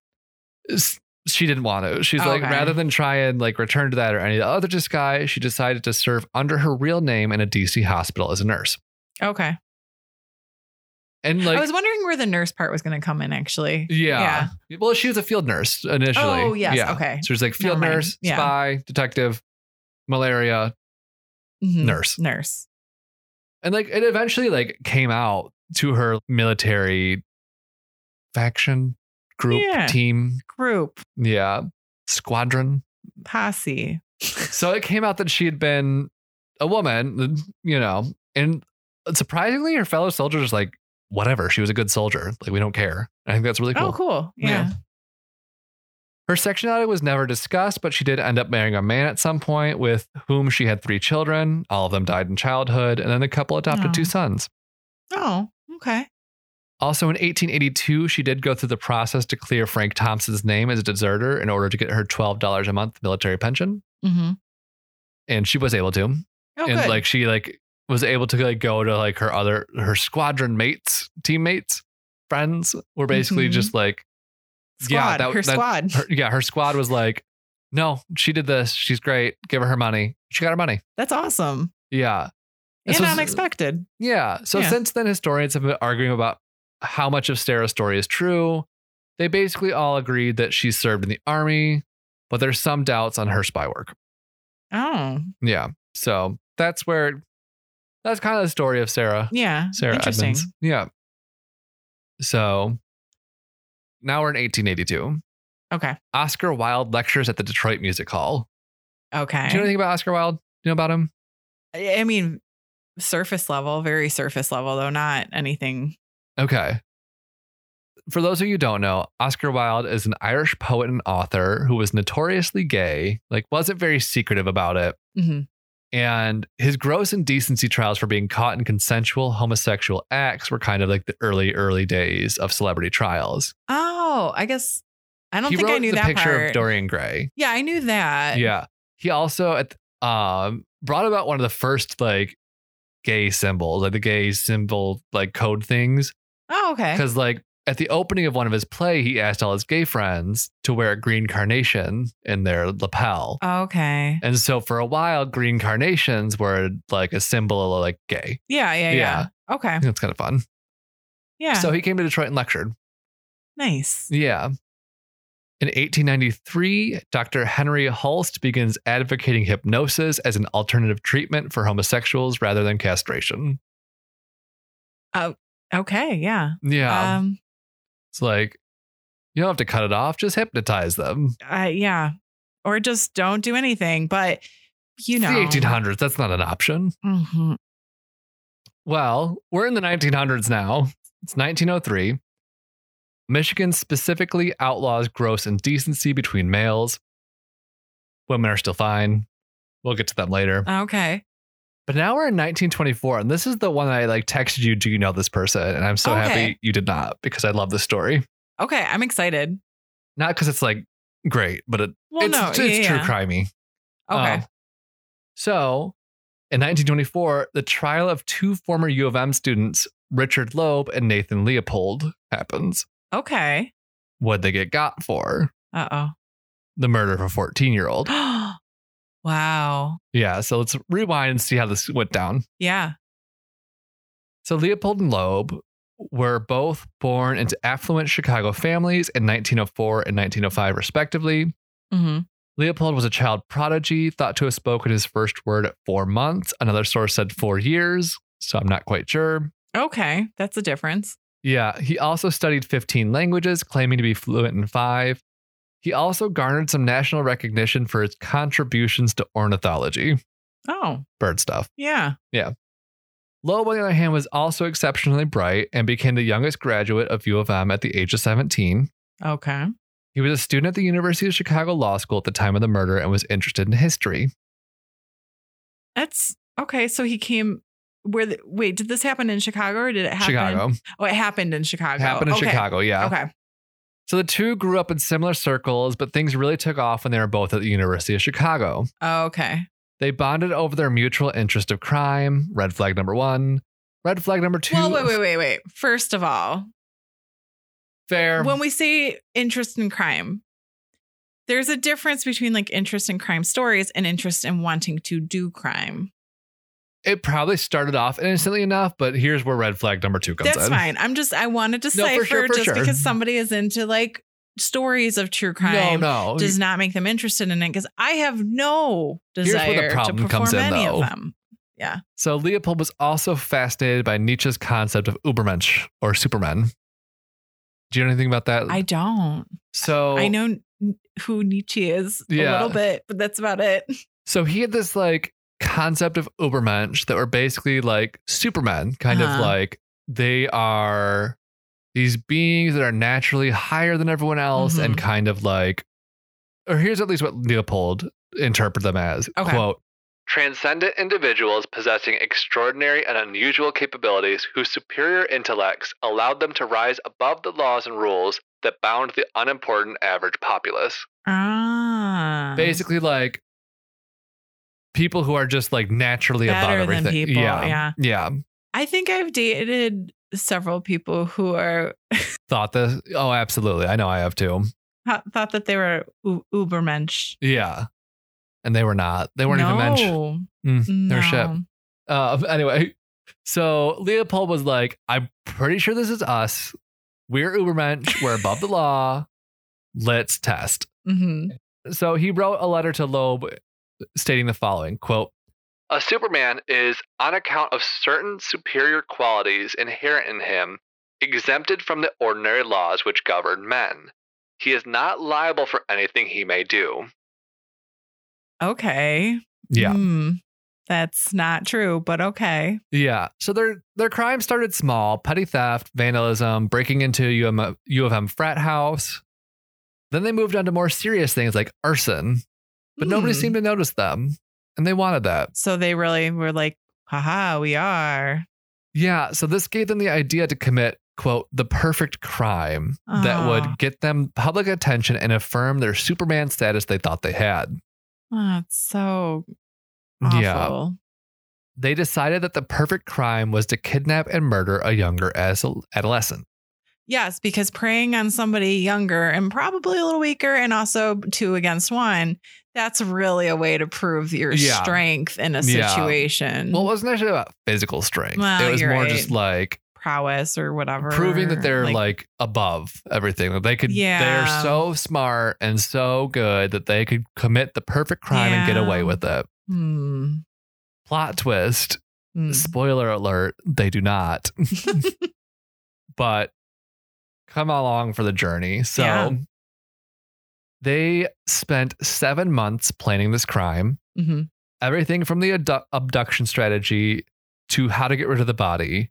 B: S- She didn't want to. She's like,
C: Okay.
B: rather than try and like return to that or any of the other disguise, she decided to serve under her real name in a DC hospital as a nurse.
C: Okay.
B: And like,
C: I was wondering where the nurse part was going to come in actually.
B: yeah. Well, she was a field nurse initially.
C: Oh, yes.
B: Yeah.
C: Okay.
B: So she's like
C: Never
B: field
C: mind.
B: nurse,
C: Yeah.
B: spy, detective, malaria,
C: Mhm.
B: nurse.
C: Nurse.
B: And like it eventually like came out to her military faction, group,
C: Yeah.
B: team,
C: Group.
B: yeah, squadron.
C: Posse.
B: So it came out that she had been a woman, you know, and surprisingly her fellow soldiers like whatever, she was a good soldier. Like we don't care. I think that's really cool.
C: Oh, cool. Yeah.
B: Yeah. Her sexuality was never discussed, but she did end up marrying a man at some point with whom she had three children. All of them died in childhood, and then the couple adopted
C: Aw.
B: two sons.
C: Oh, okay.
B: Also in 1882, she did go through the process to clear Frank Thompson's name as a deserter in order to get her $12 a month military pension,
C: Mm-hmm.
B: and she was able to.
C: Oh,
B: and
C: good.
B: like she like was able to like go to like her other her squadron mates, teammates, friends were basically
C: Mhm.
B: just like
C: squad.
B: yeah, that-
C: her
B: that-
C: squad.
B: her, yeah, her squad was like, no, she did this. She's great. Give her her money. She got her money.
C: That's awesome
B: Yeah.
C: and
B: so-
C: unexpected.
B: Yeah. So
C: Yeah.
B: since then, historians have been arguing about how much of Sarah's story is true. They basically all agreed that she served in the army, but there's some doubts on her spy work.
C: Oh,
B: Yeah. So that's where that's kind of the story of Sarah.
C: yeah.
B: Sarah
C: Interesting.
B: Edmonds. Yeah. So now we're in 1882.
C: Okay.
B: Oscar Wilde lectures at the Detroit Music Hall.
C: Okay.
B: Do you know anything about Oscar Wilde? Do you know about him?
C: I I mean, surface level, very surface level, though not anything.
B: Okay. For those of you who don't know, Oscar Wilde is an Irish poet and author who was notoriously gay, like wasn't very secretive about it,
C: Mhm.
B: and his gross indecency trials for being caught in consensual homosexual acts were kind of like the early early days of celebrity trials.
C: Oh, I guess I don't
B: he
C: think
B: wrote
C: I knew
B: the
C: that
B: picture
C: part.
B: of Dorian Gray.
C: yeah, I knew that.
B: yeah. He also at um brought about one of the first like gay symbols, like the gay symbol like code things.
C: Oh, okay.
B: Because like at the opening of one of his play, he asked all his gay friends to wear a green carnation in their lapel.
C: Okay.
B: And so for a while, green carnations were like a symbol of like gay.
C: Yeah, yeah, yeah. Okay.
B: That's kind of fun.
C: Yeah.
B: So he came to Detroit and lectured.
C: nice.
B: Yeah. In 1893, Dr. Henry Hulst begins advocating hypnosis as an alternative treatment for homosexuals rather than castration.
C: Okay. Yeah.
B: Yeah.
C: Um.
B: it's like, you don't have to cut it off, just hypnotize them.
C: I yeah. Or just don't do anything. But you know.
B: It's the 1800s. That's not an option.
C: Mhm.
B: Well, we're in the 1900s now. It's 1903. Michigan specifically outlaws gross indecency between males. Women are still fine. We'll get to them later.
C: Okay.
B: But now we're in 1924, and this is the one that I like texted you. Do you know this person? And I'm so
C: Okay.
B: happy you did not because I love this story.
C: Okay. I'm excited.
B: Not because it's like great, but it,
C: Well,
B: it's,
C: no.
B: it's,
C: yeah,
B: it's true
C: yeah.
B: crimey.
C: Okay.
B: Um, so, in 1924, the trial of two former U of M students, Richard Loeb and Nathan Leopold, happens.
C: Okay.
B: What they get got for
C: Uh
B: the murder of a 14 year old.
C: oh. wow.
B: Yeah. So let's rewind and see how this went down.
C: Yeah.
B: So Leopold and Loeb were both born into affluent Chicago families in 1904 and 1905, respectively.
C: Mm-hmm.
B: Leopold was a child prodigy, thought to have spoken his first word at four months. Another source said four years. So I'm not quite sure.
C: Okay. That's a difference.
B: Yeah, he also studied 15 languages, claiming to be fluent in five. He also garnered some national recognition for his contributions to ornithology,
C: Oh,
B: bird stuff.
C: yeah.
B: Loeb, on the other hand, was also exceptionally bright and became the youngest graduate of U of M at the age of 17.
C: Okay.
B: He was a student at the University of Chicago Law School at the time of the murder and was interested in history.
C: That's okay. So he came where the, wait, did this happen in Chicago or did it happen?
B: Chicago.
C: Oh, it happened in Chicago.
B: Happened in
C: okay.
B: Chicago, yeah.
C: Okay.
B: So the two grew up in similar circles, but things really took off when they were both at the University of Chicago.
C: Oh, okay.
B: They bonded over their mutual interest of crime, red flag number one. Red flag number two.
C: Well, wait, wait, wait, wait. First of all,
B: Fair.
C: when we say interest in crime, there's a difference between like interest in crime stories and interest in wanting to do crime.
B: it probably started off innocently enough, but here's where red flag number two comes
C: That's
B: in.
C: fine. I'm just I wanted to
B: No,
C: cipher
B: for sure, for
C: just
B: sure.
C: because somebody is into like stories of true crime
B: No, no.
C: does not make them interested in it because I have no
B: Here's where the
C: desire to
B: problem
C: perform
B: comes in,
C: any
B: though.
C: of them.
B: so Leopold was also fascinated by Nietzsche's concept of Ubermensch or Superman. Do you know anything about that?
C: I don't.
B: so
C: I know n- who Nietzsche is a
B: Oh. Yeah.
C: little bit, but that's about it.
B: So he had this like concept of Ubermensch that were basically like Superman, kind of
C: Uh-huh.
B: like they are these beings that are naturally higher than everyone else and
C: Mm-hmm.
B: kind of like, or here's at least what Leopold interpreted them as
C: Okay.
B: quote, transcendent individuals possessing extraordinary and unusual capabilities whose superior intellects allowed them to rise above the laws and rules that bound the unimportant average populace
C: Ah,
B: basically like people who are just like naturally above
C: Better than
B: everything.
C: people, yeah.
B: yeah.
C: I think I've dated several people who are
B: Thought this. Oh, absolutely. I know I have too.
C: ha- thought that they were u- Ubermensch.
B: Yeah. And they were not. They weren't
C: no.
B: even mentioned. Mm, they're shit.
C: No.
B: Uh, anyway, so Leopold was like, I'm pretty sure this is us. We're Ubermensch. We're above the law. Let's test.
C: Mhm.
B: so he wrote a letter to Loeb stating the following quote A Superman is, on account of certain superior qualities inherent in him, exempted from the ordinary laws which govern men. He is not liable for anything he may do.
C: Okay.
B: Yeah.
C: Hmm. That's not true, but okay.
B: Yeah. So their their crime started small, petty theft, vandalism, breaking into U of M- U of M frat house. Then they moved on to more serious things like arson, but nobody
C: Hmm.
B: seemed to notice them, and they wanted that.
C: So they really were like, haha, we are.
B: Yeah, so this gave them the idea to commit, quote, the perfect crime that
C: Aw.
B: would get them public attention and affirm their Superman status they thought they had.
C: Oh, it's so awful.
B: They decided that the perfect crime was to kidnap and murder a younger as- adolescent.
C: Yes, because preying on somebody younger and probably a little weaker and also two against one, that's really a way to prove your
B: Yeah.
C: strength in a
B: Yeah.
C: situation.
B: Well, it wasn't actually about physical strength.
C: Well,
B: it was
C: you're
B: more
C: right.
B: just like
C: prowess or whatever.
B: proving that they're like, above everything. That they could they're
C: Yeah.
B: so smart and so good that they could commit the perfect crime and get
C: Yeah.
B: away with it.
C: hmm,
B: Plot twist.
C: hmm.
B: Spoiler alert, they do not. but come along for the journey. So
C: Yeah.
B: they spent seven months planning this crime,
C: Mhm.
B: everything from the abdu- abduction strategy to how to get rid of the body.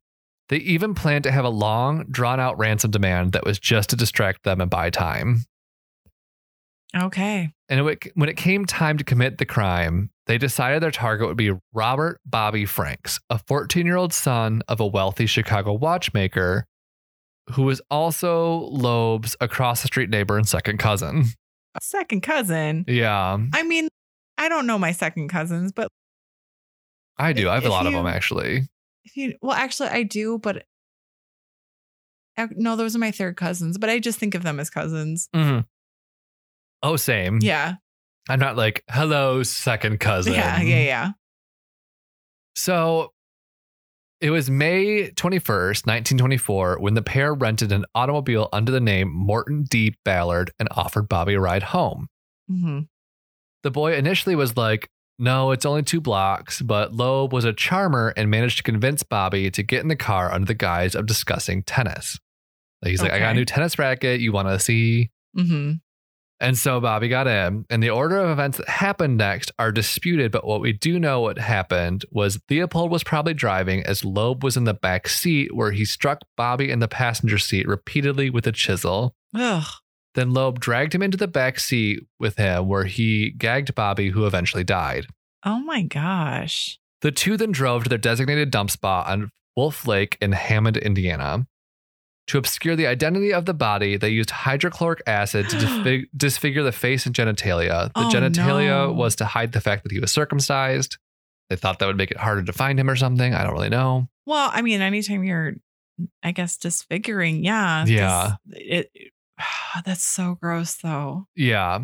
B: They even planned to have a long, drawn out ransom demand that was just to distract them and buy time.
C: Okay.
B: And when it- when it came time to commit the crime, they decided their target would be Robert Bobby Franks, a 14 year old son of a wealthy Chicago watchmaker who was also Loeb's across the street neighbor and second cousin.
C: Second cousin.
B: Yeah,
C: I mean, I don't know my second cousins, but
B: I do. I have a
C: If
B: lot of
C: you-
B: them actually.
C: if you, well, actually, I do, but I- no, those are my third cousins, but I just think of them as cousins.
B: Oh, same.
C: Mm-hmm. Yeah.
B: I'm not like, hello, second cousin.
C: Yeah. Yeah. Yeah.
B: So it was May 21st, 1924, when the pair rented an automobile under the name Morton D. Ballard and offered Bobby a ride home. Mm-hmm.
C: hmm
B: The boy initially was like, no, it's only two blocks, but Loeb was a charmer and managed to convince Bobby to get in the car under the guise of discussing tennis. Like, He's like, I got a
C: Okay.
B: new tennis racket. You want to see?
C: hmm
B: And so Bobby got in, and the order of events that happened next are disputed. But what we do know what happened was Leopold was probably driving as Loeb was in the back seat, where he struck Bobby in the passenger seat repeatedly with a chisel.
C: Ugh.
B: Then Loeb dragged him into the back seat with him, where he gagged Bobby, who eventually died.
C: Oh my gosh.
B: The two then drove to their designated dump spot on Wolf Lake in Hammond, Indiana. To obscure the identity of the body, they used hydrochloric acid to disfig- disfigure the face and genitalia. The
C: Oh,
B: genitalia
C: no.
B: was to hide the fact that he was circumcised. They thought that would make it harder to find him or something. I don't really know.
C: Well, I mean, anytime you're, I guess, disfiguring, yeah, 'cause
B: Yeah.
C: It, that's so gross, though.
B: Yeah.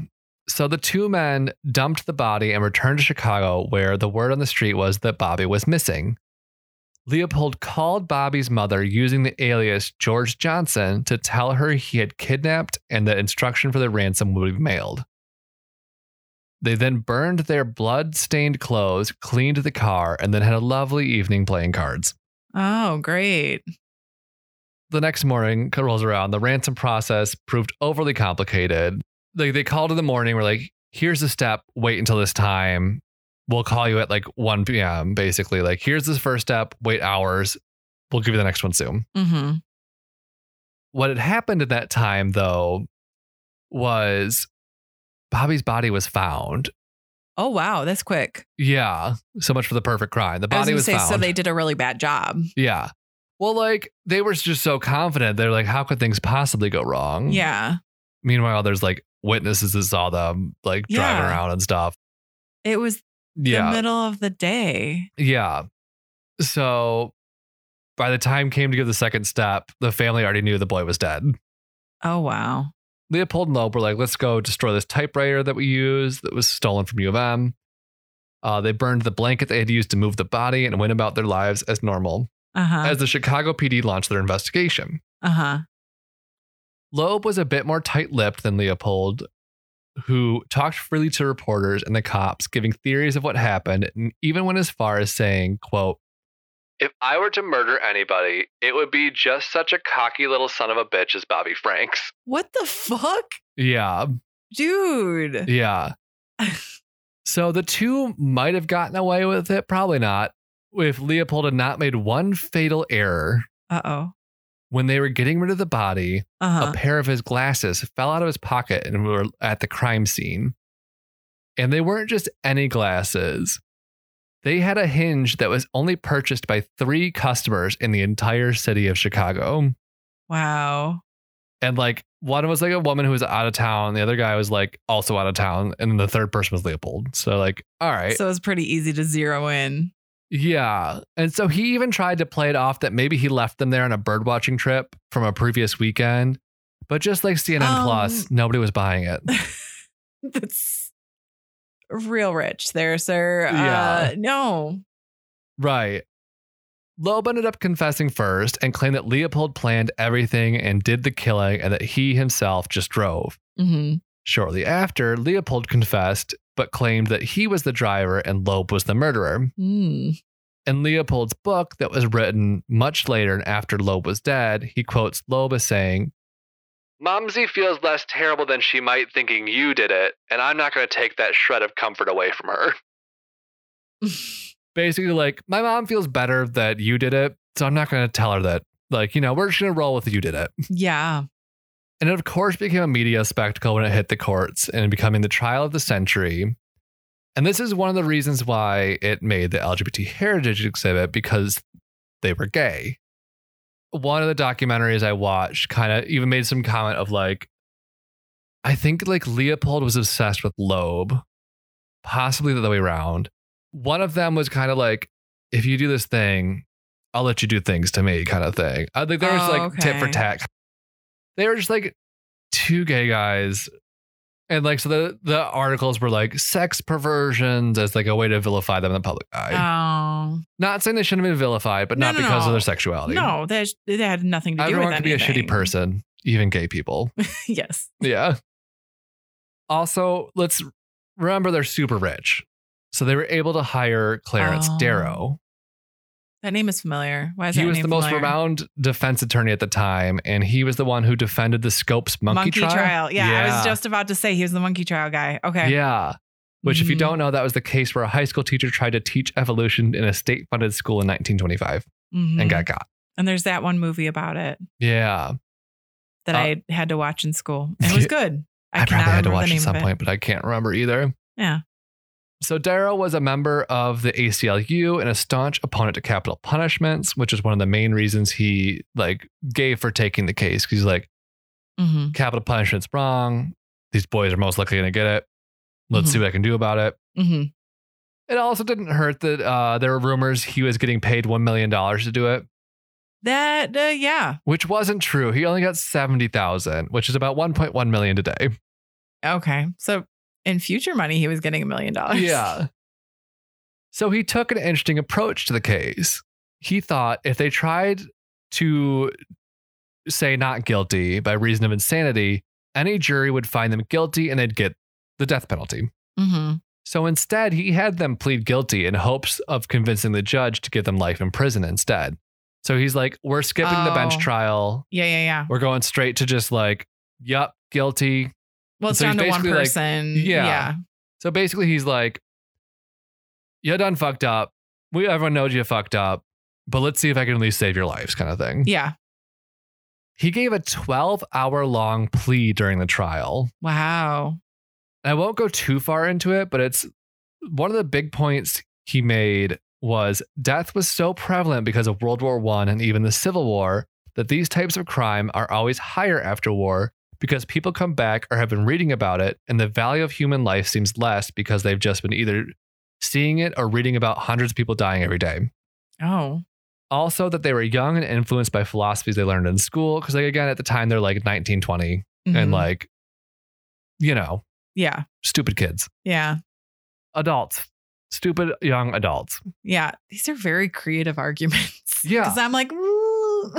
B: So the two men dumped the body and returned to Chicago, where the word on the street was that Bobby was missing. Leopold called Bobby's mother using the alias George Johnson to tell her he had kidnapped and that instruction for the ransom would be mailed. They then burned their blood stained clothes, cleaned the car, and then had a lovely evening playing cards
C: Oh, great.
B: the next morning rolls around. The ransom process proved overly complicated. They they called in the morning. We're like, here's the step. Wait until this time. We'll call you at like 1 p.m. Basically, like here's the first step. Wait hours. We'll give you the next one soon.
C: Mm-hmm.
B: What had happened at that time though was Bobby's body was found.
C: Oh, wow, that's quick.
B: Yeah, so much for the perfect crime. The
C: I was
B: body
C: gonna
B: was,
C: say,
B: found. Mm-hmm.
C: so they did a really bad job.
B: yeah. Well, like they were just so confident. They're like, how could things possibly go wrong?
C: Yeah,
B: Meanwhile, there's like witnesses that saw them like driving
C: Yeah.
B: around and stuff.
C: it was
B: Yeah.
C: the middle of the day.
B: yeah. So by the time came to give the second step, the family already knew the boy was dead.
C: Oh, wow.
B: Leopold and Loeb were like, let's go destroy this typewriter that we used that was stolen from U of M. Uh, they burned the blanket they had used to move the body and went about their lives as normal
C: Uh huh.
B: as the Chicago PD launched their investigation.
C: Uh huh.
B: Loeb was a bit more tight lipped than Leopold, who talked freely to reporters and the cops, giving theories of what happened, and even went as far as saying, quote, If I were to murder anybody, it would be just such a cocky little son of a bitch as Bobby Franks.
C: What the fuck,
B: Yeah,
C: dude?
B: yeah. so the two might have gotten away with it, probably not, if Leopold had not made one fatal error.
C: Uh oh.
B: When they were getting rid of the body,
C: Uh huh.
B: a pair of his glasses fell out of his pocket and were at the crime scene. And they weren't just any glasses. They had a hinge that was only purchased by three customers in the entire city of Chicago.
C: Wow.
B: And like one was like a woman who was out of town, the other guy was like also out of town, and then the third person was Leopold. So like, all right.
C: So it was pretty easy to zero in.
B: yeah. And so he even tried to play it off that maybe he left them there on a birdwatching trip from a previous weekend. But just like CNN
C: Um,
B: Plus, nobody was buying it.
C: That's real rich there, sir.
B: Yeah.
C: Uh, no.
B: Right. Loeb ended up confessing first and claimed that Leopold planned everything and did the killing and that he himself just drove.
C: Mm-hmm.
B: Shortly after, Leopold confessed but claimed that he was the driver and Loeb was the murderer.
C: Mm.
B: In Leopold's book that was written much later and after Loeb was dead, he quotes Loeb as saying, Momsey feels less terrible than she might thinking you did it, and I'm not going to take that shred of comfort away from her. basically like my mom feels better that you did it so i'm not going to tell her that like you know we're just going to roll with you did it
C: yeah.
B: and it of course became a media spectacle when it hit the courts and becoming the trial of the century and this is one of the reasons why it made the lgbt heritage exhibit because they were gay one of the documentaries i watched kind of even made some comment of like i think like leopold was obsessed with loeb possibly the other way around one of them was kind of like, if you do this thing, I'll let you do things to me, kind of thing. I think there was
C: Oh,
B: like tit for
C: okay.
B: tat. They were just like two gay guys. And like so the the articles were like sex perversions as like a way to vilify them in the public eye.
C: Oh
B: not saying they shouldn't have been vilified, but
C: No,
B: not
C: no,
B: because of
C: no.
B: their sexuality.
C: no, that that had nothing to do
B: Everyone
C: with
B: can be a
C: anything.
B: shitty person, even gay people.
C: yes.
B: Yeah. Also, let's remember they're super rich. So they were able to hire Clarence
C: Oh.
B: Darrow,
C: That name is familiar. Why is
B: he
C: that
B: was
C: name
B: the most
C: familiar?
B: renowned defense attorney at the time, and he was the one who defended the Scopes monkey, trial.
C: Yeah, I was just about to say he was the monkey trial guy. Okay.
B: yeah. Which, if you
C: Mhm.
B: don't know, that was the case where a high school teacher tried to teach evolution in a state-funded school in 1925
C: Mhm.
B: and got caught.
C: And there's that one movie about it
B: Yeah,
C: that
B: Uh,
C: I had to watch in school. And it was good. I,
B: I,
C: cannot
B: probably had to
C: remember
B: watch
C: the
B: it
C: name
B: at some
C: of it.
B: point, but I can't remember either.
C: Yeah.
B: So Darrow was a member of the ACLU and a staunch opponent to capital punishments, which is one of the main reasons he like gave for taking the case. 'Cause He's like,
C: Mm-hmm.
B: capital punishment's wrong. These boys are most likely going to get it. Let's see what I can do about it.
C: Mm-hmm.
B: It also didn't hurt that uh, there were rumors he was getting paid one million dollars to do it,
C: That, uh, yeah.
B: which wasn't true. He only got seventy thousand, which is about one point one million today.
C: Okay. So in future money, he was getting a million dollars.
B: Yeah. So he took an interesting approach to the case. He thought if they tried to say not guilty by reason of insanity, any jury would find them guilty and they'd get the death penalty.
C: Mm-hmm.
B: So instead, he had them plead guilty in hopes of convincing the judge to give them life in prison instead. So he's like, we're skipping the bench
C: Oh.
B: trial.
C: Yeah. Yeah. Yeah.
B: We're going straight to just like, yup, guilty,
C: Well, it's
B: So he's
C: down to one
B: basically like,
C: person.
B: yeah. So basically, he's like, "You done fucked up. We everyone knows you fucked up, but let's see if I can at least save your lives," kind of thing.
C: Yeah.
B: He gave a 12-hour-long plea during the trial.
C: Wow.
B: And I won't go too far into it, but it's one of the big points he made was death was so prevalent because of World War One and even the Civil War that these types of crime are always higher after war because people come back or have been reading about it and the value of human life seems less because they've just been either seeing it or reading about hundreds of people dying every day
C: Oh.
B: also that they were young and influenced by philosophies they learned in school because like again at the time they're like 1920 and
C: Mhm.
B: like you know
C: yeah.
B: stupid kids
C: Yeah.
B: adults, stupid young adults.
C: Yeah. These are very creative arguments.
B: Yeah.
C: Because I'm like, ooh.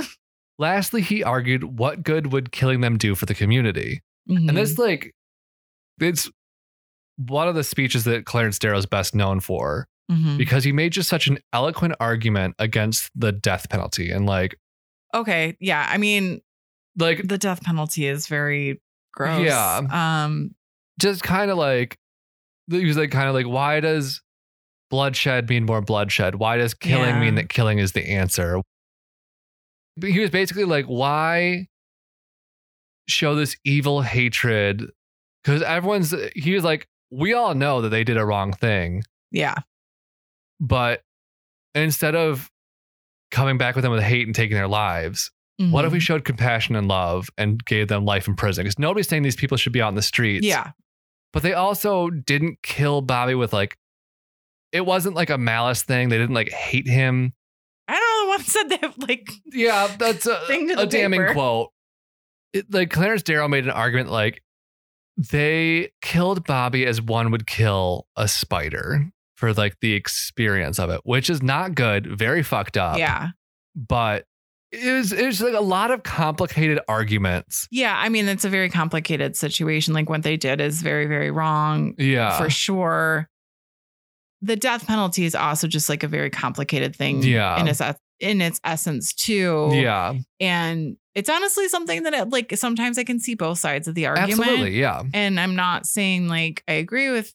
B: Lastly, he argued, what good would killing them do for the community?
C: Mhm.
B: And this, like, it's one of the speeches that Clarence Darrow is best known for
C: Mhm.
B: because he made just such an eloquent argument against the death penalty and, like,
C: okay. Yeah. I mean,
B: like
C: the death penalty is very gross.
B: Yeah.
C: Um,
B: just kind of like he was like kind of like why does bloodshed mean more bloodshed why does killing
C: Yeah.
B: mean that killing is the answer But he was basically like why show this evil hatred because everyone's he was like we all know that they did a wrong thing
C: yeah.
B: but instead of coming back with them with hate and taking their lives what if
C: Mhm.
B: we showed compassion and love and gave them life in prison because nobody's saying these people should be out in the streets
C: Yeah.
B: but they also didn't kill Bobby with like it wasn't like a malice thing. They didn't like hate him.
C: I don't know. The one said that, like,
B: Yeah, that's a,
C: Thing to the
B: a damning
C: paper.
B: quote. It, like Clarence Darrow made an argument like they killed Bobby as one would kill a spider for like the experience of it, which is not good, very fucked up.
C: yeah.
B: But it was it was like a lot of complicated arguments.
C: Yeah. I mean, it's a very complicated situation. Like, what they did is very, very wrong
B: Yeah.
C: for sure. The death penalty is also just like a very complicated thing
B: Yeah.
C: in its, es- in its essence, too.
B: Yeah.
C: And it's honestly something that, it, like, sometimes I can see both sides of the argument.
B: Absolutely. Yeah.
C: and I'm not saying like I agree with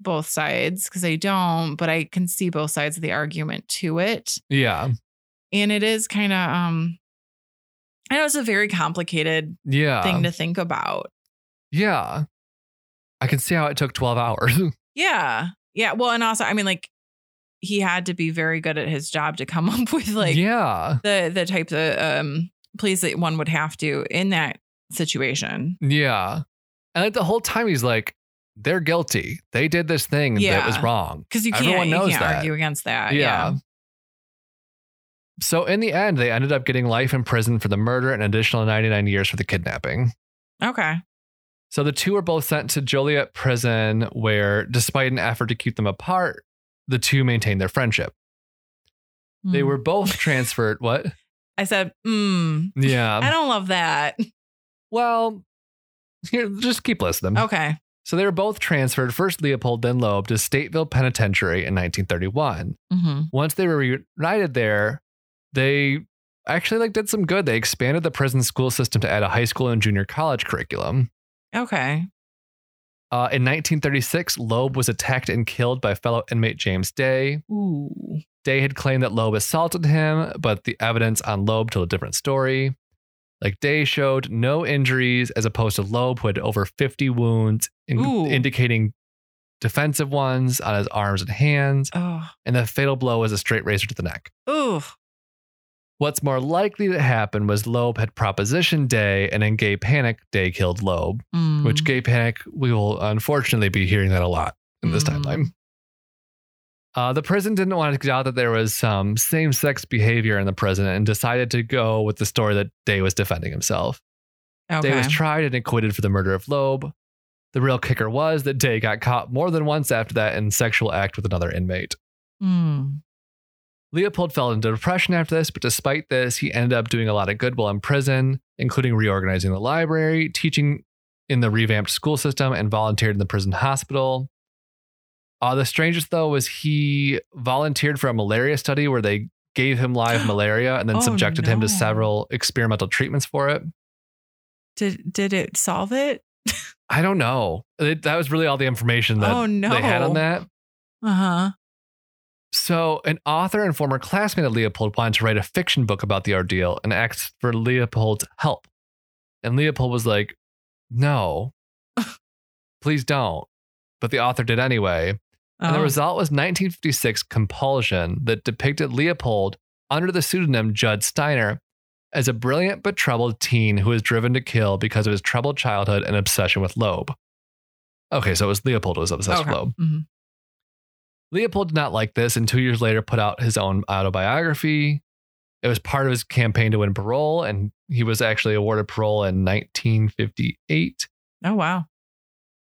C: both sides because I don't, but I can see both sides of the argument to it.
B: Yeah.
C: And it is kind of um I know it's a very complicated
B: Yeah.
C: thing to think about.
B: Yeah. I can see how it took 12 hours.
C: Yeah. Yeah. Well, and also I mean like he had to be very good at his job to come up with like
B: yeah.
C: the the types of um plays that one would have to in that situation.
B: Yeah. And like the whole time he's like, they're guilty. They did this thing that
C: Yeah. Uh,
B: was wrong.
C: Because you
B: Everyone
C: can't, you
B: knows
C: can't
B: that.
C: argue against that.
B: Yeah. So in the end, they ended up getting life in prison for the murder and additional 99 years for the kidnapping.
C: yeah. Okay.
B: So the two were both sent to Joliet prison, where despite an effort to keep them apart, the two maintained their friendship. They
C: Mm.
B: were both transferred. What?
C: I said, mm,
B: Yeah.
C: I don't love that.
B: well, here, just keep listening.
C: Okay.
B: So they were both transferred, first Leopold, then Loeb, to Stateville Penitentiary in 1931.
C: Mm-hmm.
B: Once they were reunited there, they actually like did some good. They expanded the prison school system to add a high school and junior college curriculum.
C: Okay.
B: Uh, in 1936, Loeb was attacked and killed by fellow inmate James Day.
C: Ooh.
B: Day had claimed that Loeb assaulted him, but the evidence on Loeb told a different story. Like Day showed no injuries as opposed to Loeb, who had over 50 wounds, in-
C: Ooh.
B: indicating defensive ones on his arms and hands,
C: Oh,
B: and the fatal blow was a straight razor to the neck.
C: ooh,
B: What's more likely to happen was Loeb had Proposition Day, and then Gay Panic Day killed Loeb,
C: Mm.
B: which Gay Panic, we will unfortunately be hearing that a lot in this
C: Mm.
B: timeline. Uh, the prison didn't want to get out that there was some same sex behavior in the prison and decided to go with the story that Day was defending himself.
C: okay.
B: Day was tried and acquitted for the murder of Loeb. The real kicker was that Day got caught more than once after that in sexual act with another inmate.
C: Mm.
B: Leopold fell into depression after this, but despite this, he ended up doing a lot of good while in prison, including reorganizing the library, teaching in the revamped school system, and volunteered in the prison hospital. Uh, the strangest, though, was he volunteered for a malaria study where they gave him live malaria and then
C: Oh,
B: subjected him to
C: no.
B: several experimental treatments for it.
C: Did did it solve it?
B: I don't know. It- that was really all the information that
C: oh no.
B: they had on that.
C: Uh huh.
B: So, an author and former classmate of Leopold wanted to write a fiction book about the ordeal and asked for Leopold's help. And Leopold was like, no, please don't. But the author did anyway. And
C: Oh.
B: the result was 1956 Compulsion that depicted Leopold under the pseudonym Judd Steiner as a brilliant but troubled teen who was driven to kill because of his troubled childhood and obsession with Loeb. Okay, so it was Leopold who was obsessed with Loeb.
C: Mhm.
B: Leopold did not like this and two years later put out his own autobiography. It was part of his campaign to win parole, and he was actually awarded parole in 1958.
C: Oh wow.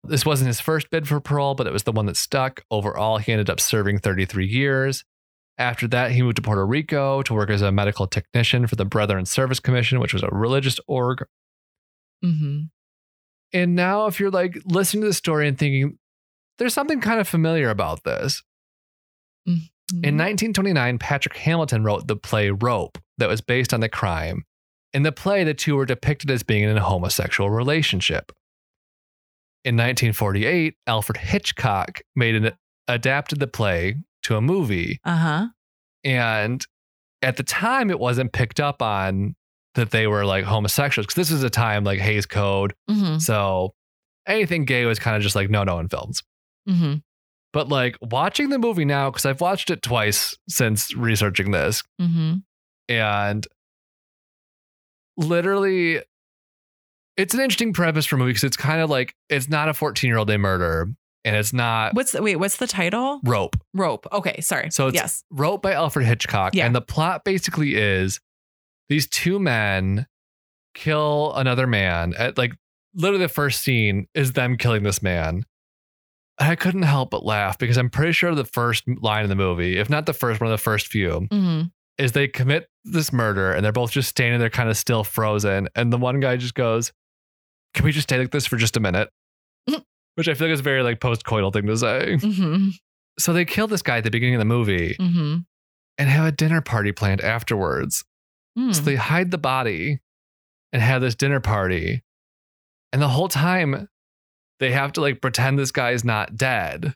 B: This wasn't his first bid for parole, but it was the one that stuck. Overall, he ended up serving 33 years. After that, he moved to Puerto Rico to work as a medical technician for the Brethren Service Commission, which was a religious org.
C: Mm-hmm.
B: And now, if you're like listening to the story and thinking, there's something kind of familiar about this, in
C: Mm-hmm.
B: 1929, Patrick Hamilton wrote the play Rope that was based on the crime. In the play, the two were depicted as being in a homosexual relationship. In 1948, Alfred Hitchcock made an adapted the play to a movie,
C: Uh huh.
B: and at the time, it wasn't picked up on that they were like homosexuals because this was a time like Hayes Code,
C: Mm-hmm.
B: so anything gay was kind of just like no no in films.
C: Mm-hmm.
B: But like watching the movie now, because I've watched it twice since researching this,
C: Mm-hmm.
B: and literally it's an interesting premise for a movie because it's kind of like it's not a 14 year old they murder and it's not
C: What's the wait? What's the title?
B: rope
C: Rope. Okay, sorry.
B: So it's-
C: yes.
B: wrote by alfred hitchcock
C: Yeah.
B: and the plot basically is these two men kill another man at like literally the first scene is them killing this man and i couldn't help but laugh because i'm pretty sure the first line of the movie if not the first one of the first few
C: Mm-hmm.
B: is they commit this murder and they're both just standing there kind of still frozen and the one guy just goes can we just stay like this for just a minute which i feel like is a very like post-coital thing to say
C: Mm-hmm.
B: so they kill this guy at the beginning of the movie
C: Mm-hmm.
B: and have a dinner party planned afterwards
C: Mm. Hmm.
B: so they hide the body and have this dinner party and the whole time they have to like pretend this guy is not dead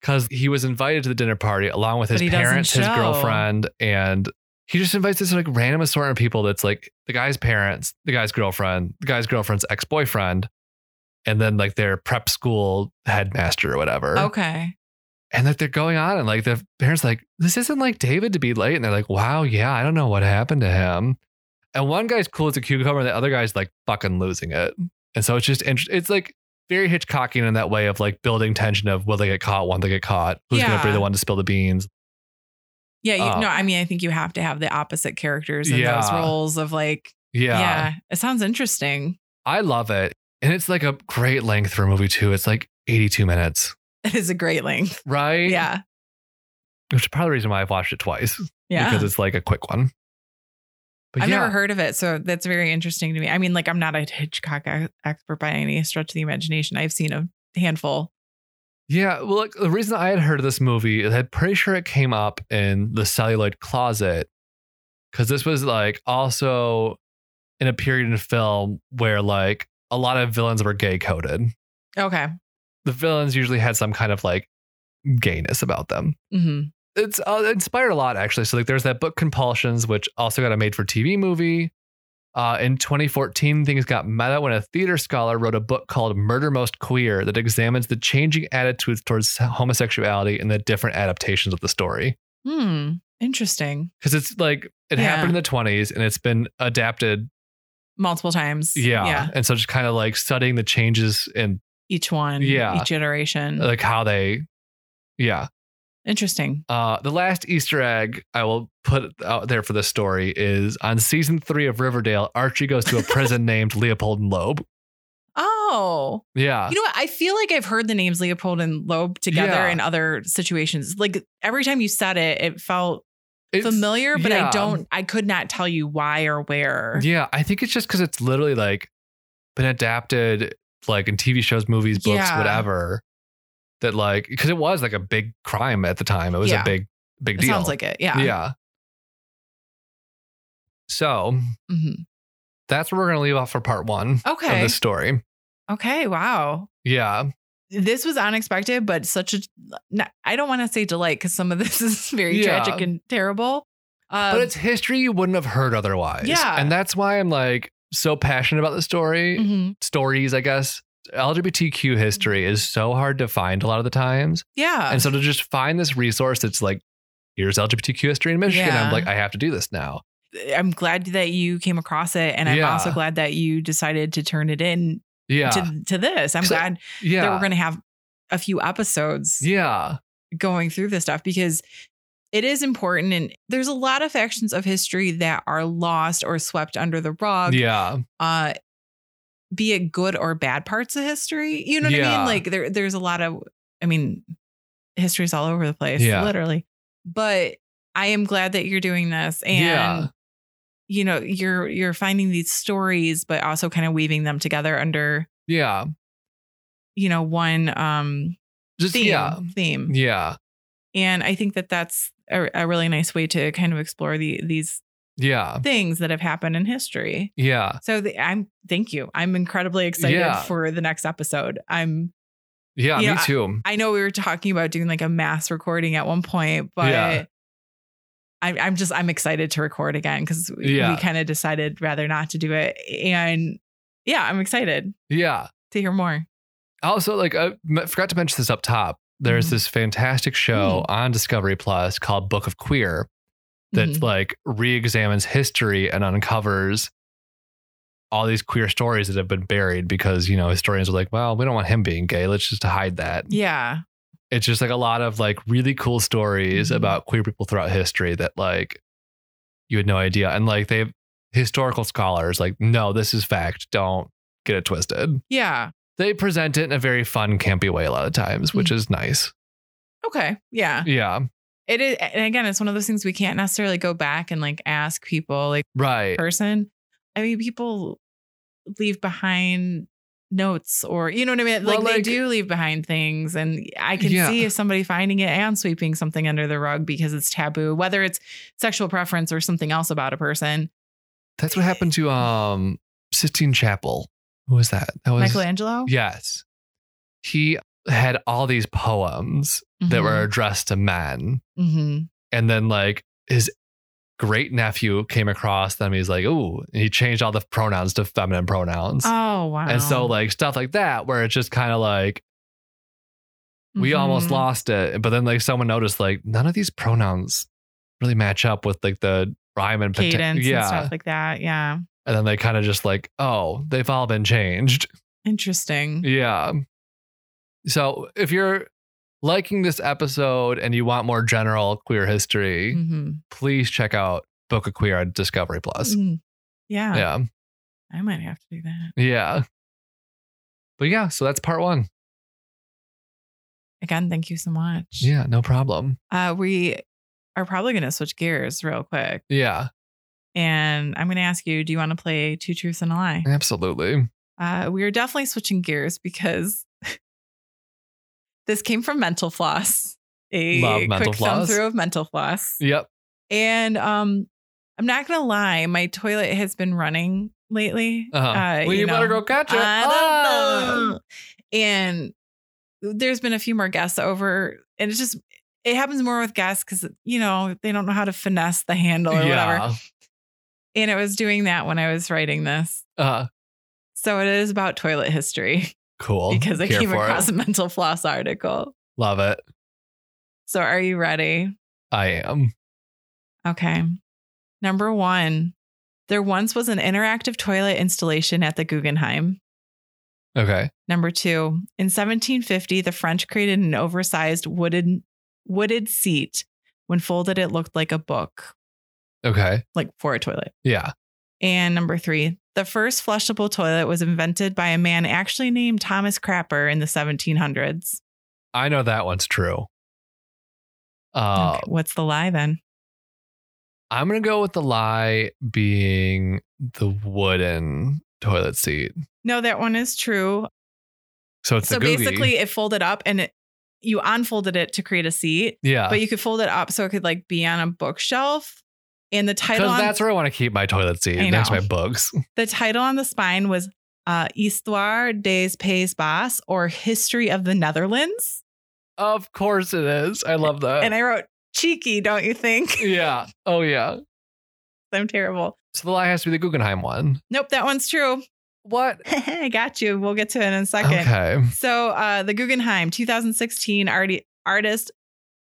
B: because he was invited to the dinner party along with his
C: But he doesn't
B: parents his
C: show.
B: girlfriend and he just invites this like random assortment of people that's like the guy's parents the guy's girlfriend the guy's girlfriend's ex-boyfriend and then like their prep school headmaster or whatever
C: Okay.
B: and like they're going on and like the parents like this isn't like david to be late and they're like wow yeah i don't know what happened to him and one guy's cool as a cucumber and the other guy's like fucking losing it and so it's just int- it's like very hitchcockian in that way of like building tension of will they get caught won't they get caught who's gonna be
C: Yeah.
B: the one to spill the beans
C: Yeah. You,
B: Uh,
C: no, I mean, I think you have to have the opposite characters in those
B: Yeah.
C: roles of like. Yeah.
B: yeah.
C: It sounds interesting.
B: i love it and it's like a great length for a movie too it's like 82 minutes
C: It is a great length.
B: right
C: Yeah.
B: which is probably the reason why i've watched it twice
C: Yeah.
B: because it's like a quick one but
C: I've
B: yeah,
C: never heard of it, so that's very interesting to me. I mean, like, I'm not a Hitchcock e- expert by any stretch of the imagination. I've seen a handful.
B: Yeah, well, like, the reason I had heard of this movie is I'm pretty sure it came up in the celluloid closet because this was like also in a period in film where like a lot of villains were gay coded.
C: Okay.
B: The villains usually had some kind of like gayness about them.
C: hmm
B: It's uh, inspired a lot actually. So like there's that book Compulsions, which also got a made for TV movie. Uh, in 2014, things got meta when a theater scholar wrote a book called Murder Most Queer that examines the changing attitudes towards homosexuality and the different adaptations of the story.
C: Hmm. Interesting.
B: Because it's like it
C: Yeah.
B: happened in the 20s and it's been adapted.
C: Multiple times.
B: Yeah.
C: Yeah.
B: And so just kind of like studying the changes and
C: Each one.
B: Yeah.
C: Each iteration.
B: like how they, yeah.
C: Interesting.
B: Uh, the last Easter egg I will put out there for this story is on season three of Riverdale, Archie goes to a prison named Leopold and Loeb.
C: Oh.
B: Yeah.
C: You know what? I feel like I've heard the names Leopold and Loeb together
B: Uh, Yeah.
C: in other situations. Like every time you said it, it felt
B: It's-
C: familiar, but
B: yeah.
C: I don't, I could not tell you why or where.
B: Yeah, I think it's just because it's literally like been adapted like in TV shows, movies, books,
C: Yeah.
B: whatever. That like because it was like a big crime at the time. It was
C: Yeah.
B: a big big
C: it
B: deal.
C: sounds like it. Yeah.
B: yeah. So
C: Mhm.
B: that's where we're gonna leave off for part one of
C: Okay.
B: this story.
C: Okay. Wow.
B: Yeah.
C: This was unexpected, but such a, not, I don't want to say delight because some of this is very
B: Yeah.
C: tragic and terrible. Uh,
B: but it's history you wouldn't have heard otherwise.
C: Yeah.
B: And that's why I'm like so passionate about the story.
C: mhm.
B: Stories, I guess. LGBTQ history is so hard to find a lot of the times.
C: yeah.
B: And so to just find this resource that's like, here's LGBTQ history in Michigan,
C: Yeah.
B: I'm like, I have to do this now.
C: I'm glad that you came across it, and I'm
B: Yeah.
C: also glad that you decided to turn it in
B: Yeah.
C: to, to this. I'm
B: So-
C: glad
B: yeah.
C: that we're going to have a few episodes
B: yeah.
C: going through this stuff because it is important, and there's a lot of factions of history that are lost or swept under the rug.
B: Yeah.
C: Uh, be it good or bad parts of history, you know what I
B: Yeah.
C: mean? Like there, there's a lot of, I mean, history's all over the place,
B: Yeah.
C: literally. But I am glad that you're doing this, and
B: Yeah.
C: you know you're you're finding these stories but also kind of weaving them together under
B: Yeah.
C: you know one um
B: Just,
C: theme
B: yeah.
C: theme
B: Yeah.
C: and i think that that's a, a really nice way to kind of explore the these
B: Yeah.
C: things that have happened in history
B: Yeah.
C: so the, i'm thank you i'm incredibly excited
B: Yeah.
C: for the next episode i'm
B: Yeah.
C: You
B: me
C: know, I-
B: too.
C: i know we were talking about doing like a mass recording at one point but
B: Yeah.
C: I, i'm just i'm excited to record again because we,
B: Yeah.
C: we kind of decided rather not to do it and yeah i'm excited
B: yeah.
C: to hear more
B: Also, like, I m- forgot to mention this up top. There's
C: Mhm.
B: this fantastic show on Discovery Plus called Book of Queer that
C: Mhm.
B: like re-examines history and uncovers all these queer stories that have been buried because you know historians are like, well, we don't want him being gay. Let's just hide that.
C: yeah
B: it's just like a lot of like really cool stories
C: Mhm.
B: about queer people throughout history that like you had no idea and like they've historical scholars like no this is fact don't get it twisted
C: yeah
B: they present it in a very fun campy way a lot of times
C: Mm.
B: which is nice
C: okay yeah
B: yeah
C: it is and again it's one of those things we can't necessarily go back and like ask people like
B: right
C: person i mean people leave behind notes or you know what i mean like,
B: Well,
C: they
B: like-
C: do leave behind things and i can
B: Yeah.
C: see if somebody finding it and sweeping something under the rug because it's taboo whether it's sexual preference or something else about a person
B: that's what happened to um sistine chapel who was that that was
C: michelangelo
B: yes he had all these poems
C: Mm-hmm.
B: that were addressed to men
C: hmm
B: and then like his great nephew came across them. He's like, "Ooh," and he changed all the pronouns to feminine pronouns,
C: oh wow
B: and so like stuff like that, where it's just kind of like we almost
C: Mhm.
B: lost it, but then like someone noticed like none of these pronouns really match up with like the rhyme and penta-
C: cadence
B: yeah,
C: and stuff like that yeah
B: and then they kind of just like, oh, they've all been changed,
C: interesting
B: yeah. So if you're liking this episode and you want more general queer history,
C: hmm
B: please check out Book of Queer on Discovery Plus.
C: Mm. yeah
B: Yeah.
C: I might have to do that.
B: Yeah. But yeah, so that's part one.
C: Again, thank you so much.
B: Yeah, no problem.
C: Uh, we are probably going to switch gears real quick.
B: Yeah,
C: And I'm going to ask you do you want to play Two Truths and a Lie?
B: Mm. absolutely.
C: Uh, we are definitely switching gears because this came from Mental Floss. A
B: Love
C: quick
B: Mental
C: thumb
B: Floss.
C: through of Mental Floss.
B: Yep.
C: And um, I'm not going to lie, my toilet has been running lately.
B: Uh-huh. well, you,
C: Uh, know.
B: better go catch it.
C: I don't
B: Oh!
C: know. And there's been a few more guests over, and it's just it happens more with guests because you know they don't know how to finesse the handle or whatever.
B: Yeah.
C: And it was doing that when I was writing this.
B: Uh,
C: So it is about toilet history
B: cool.
C: because I
B: Here
C: came
B: for
C: across
B: it.
C: a mental floss article.
B: Love it.
C: So are you ready?
B: I am.
C: Okay. Number one, there once was an interactive toilet installation at the Guggenheim.
B: Okay.
C: Number two, in 1750, the French created an oversized wooden wooded seat. When folded, it looked like a book,
B: Okay.
C: like for a toilet.
B: Yeah.
C: And number three, the first flushable toilet was invented by a man actually named Thomas Crapper in the 1700s.
B: I know that one's true. Uh,
C: Okay, what's the lie then?
B: I'm going to go with the lie being the wooden toilet seat.
C: No, that one is true.
B: So it's
C: so
B: a googie.
C: basically, it folded up and it, you unfolded it to create a seat,
B: yeah.
C: but you could fold it up so it could like be on a bookshelf. And the title
B: Because
C: on
B: that's where I want to keep my toilet seat
C: I
B: next to
C: know.
B: my books.
C: The title on the spine was uh, Histoire des Pays Bas or History of the Netherlands.
B: Of course it is. I love that.
C: And I wrote, cheeky, don't you think?
B: yeah. Oh, yeah.
C: I'm terrible.
B: So the lie has to be the Guggenheim one.
C: Nope, that one's true.
B: What?
C: I got you. We'll get to it in a second.
B: Okay.
C: So, uh, the Guggenheim 2016 arti- artist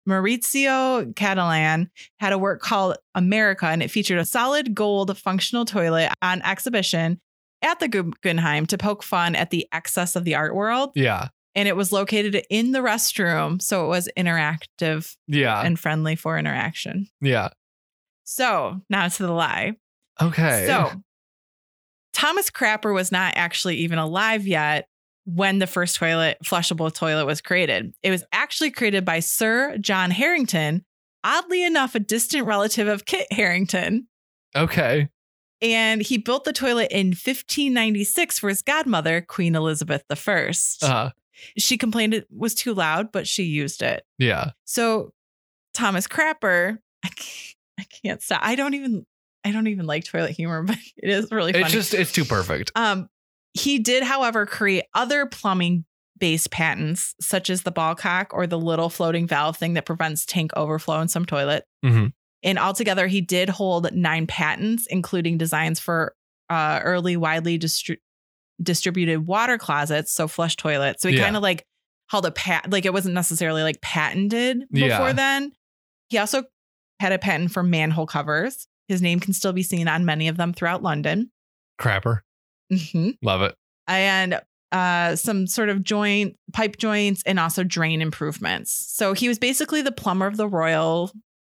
C: Maurizio Catalan had a work called America, and it featured a solid gold functional toilet on exhibition at the Guggenheim to poke fun at the excess of the art world.
B: Yeah.
C: and it was located in the restroom. So it was interactive
B: Yeah.
C: and friendly for interaction.
B: Yeah.
C: So now to the lie.
B: Okay.
C: So Thomas Crapper was not actually even alive yet when the first toilet, flushable toilet, was created. It was actually created by Sir John Harrington, oddly enough, a distant relative of Kit Harrington.
B: Okay.
C: And he built the toilet in 1596 for his godmother, Queen Elizabeth I.
B: Uh,
C: she complained it was too loud, but she used it.
B: yeah.
C: So Thomas Crapper, I can't, I can't stop. I don't even I don't even like toilet humor, but it is really funny.
B: It's just it's too perfect.
C: um he did, however, create other plumbing based patents, such as the ball cock or the little floating valve thing that prevents tank overflow in some toilet.
B: Mhm.
C: And altogether, he did hold nine patents, including designs for uh, early widely distri- distributed water closets, so flush toilets. So he
B: Yeah.
C: kind of like held a pat, like it wasn't necessarily like patented before
B: Yeah.
C: then. He also had a patent for manhole covers. His name can still be seen on many of them throughout London.
B: Crapper.
C: hmm
B: Love it.
C: and uh, some sort of joint pipe joints and also drain improvements. So he was basically the plumber of the royal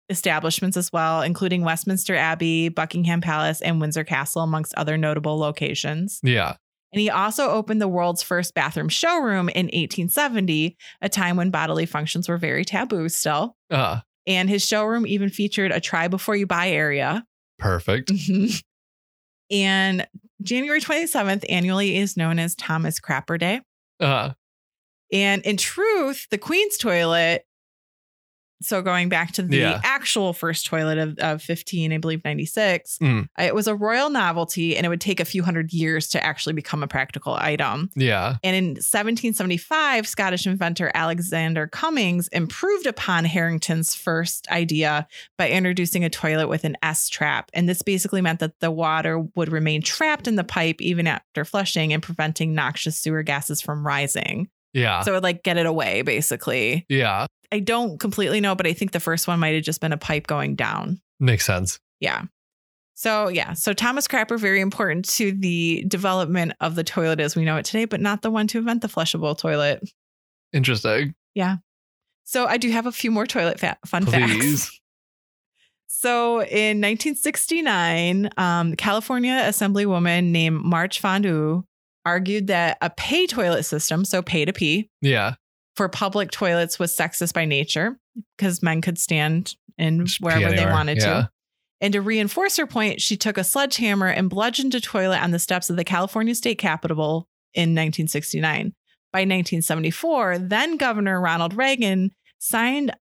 C: establishments as well, including Westminster Abbey, Buckingham Palace, and Windsor Castle, amongst other notable locations.
B: Yeah.
C: And he also opened the world's first bathroom showroom in 1870, a time when bodily functions were very taboo still.
B: Uh,
C: And his showroom even featured a try before you buy area.
B: perfect.
C: Mhm. And January 27th annually is known as Thomas Crapper Day.
B: Uh,
C: And in truth, the Queen's toilet. So going back to the
B: Yeah.
C: actual first toilet of, of 15, I believe 96,
B: Mm.
C: uh, it was a royal novelty and it would take a few hundred years to actually become a practical item.
B: yeah.
C: And in 1775, Scottish inventor Alexander Cummings improved upon Harrington's first idea by introducing a toilet with an S trap. And this basically meant that the water would remain trapped in the pipe even after flushing and preventing noxious sewer gases from rising.
B: Yeah.
C: So it would like get it away, basically.
B: yeah.
C: I don't completely know, but I think the first one might have just been a pipe going down.
B: Makes sense.
C: Yeah. So yeah, so Thomas Crapper very important to the development of the toilet as we know it today, but not the one to invent the flushable toilet.
B: Interesting.
C: So I do have a few more toilet fa- fun facts.
B: Please.
C: So in 1969, um, California Assemblywoman named March Fondu argued that a pay toilet system, so pay to pee,
B: Yeah.
C: for public toilets was sexist by nature because men could stand in
B: Just pee
C: wherever they
B: anywhere,
C: wanted
B: yeah.
C: to. And to reinforce her point, she took a sledgehammer and bludgeoned a toilet on the steps of the California State Capitol in 1969. By 1974, then Governor Ronald Reagan signed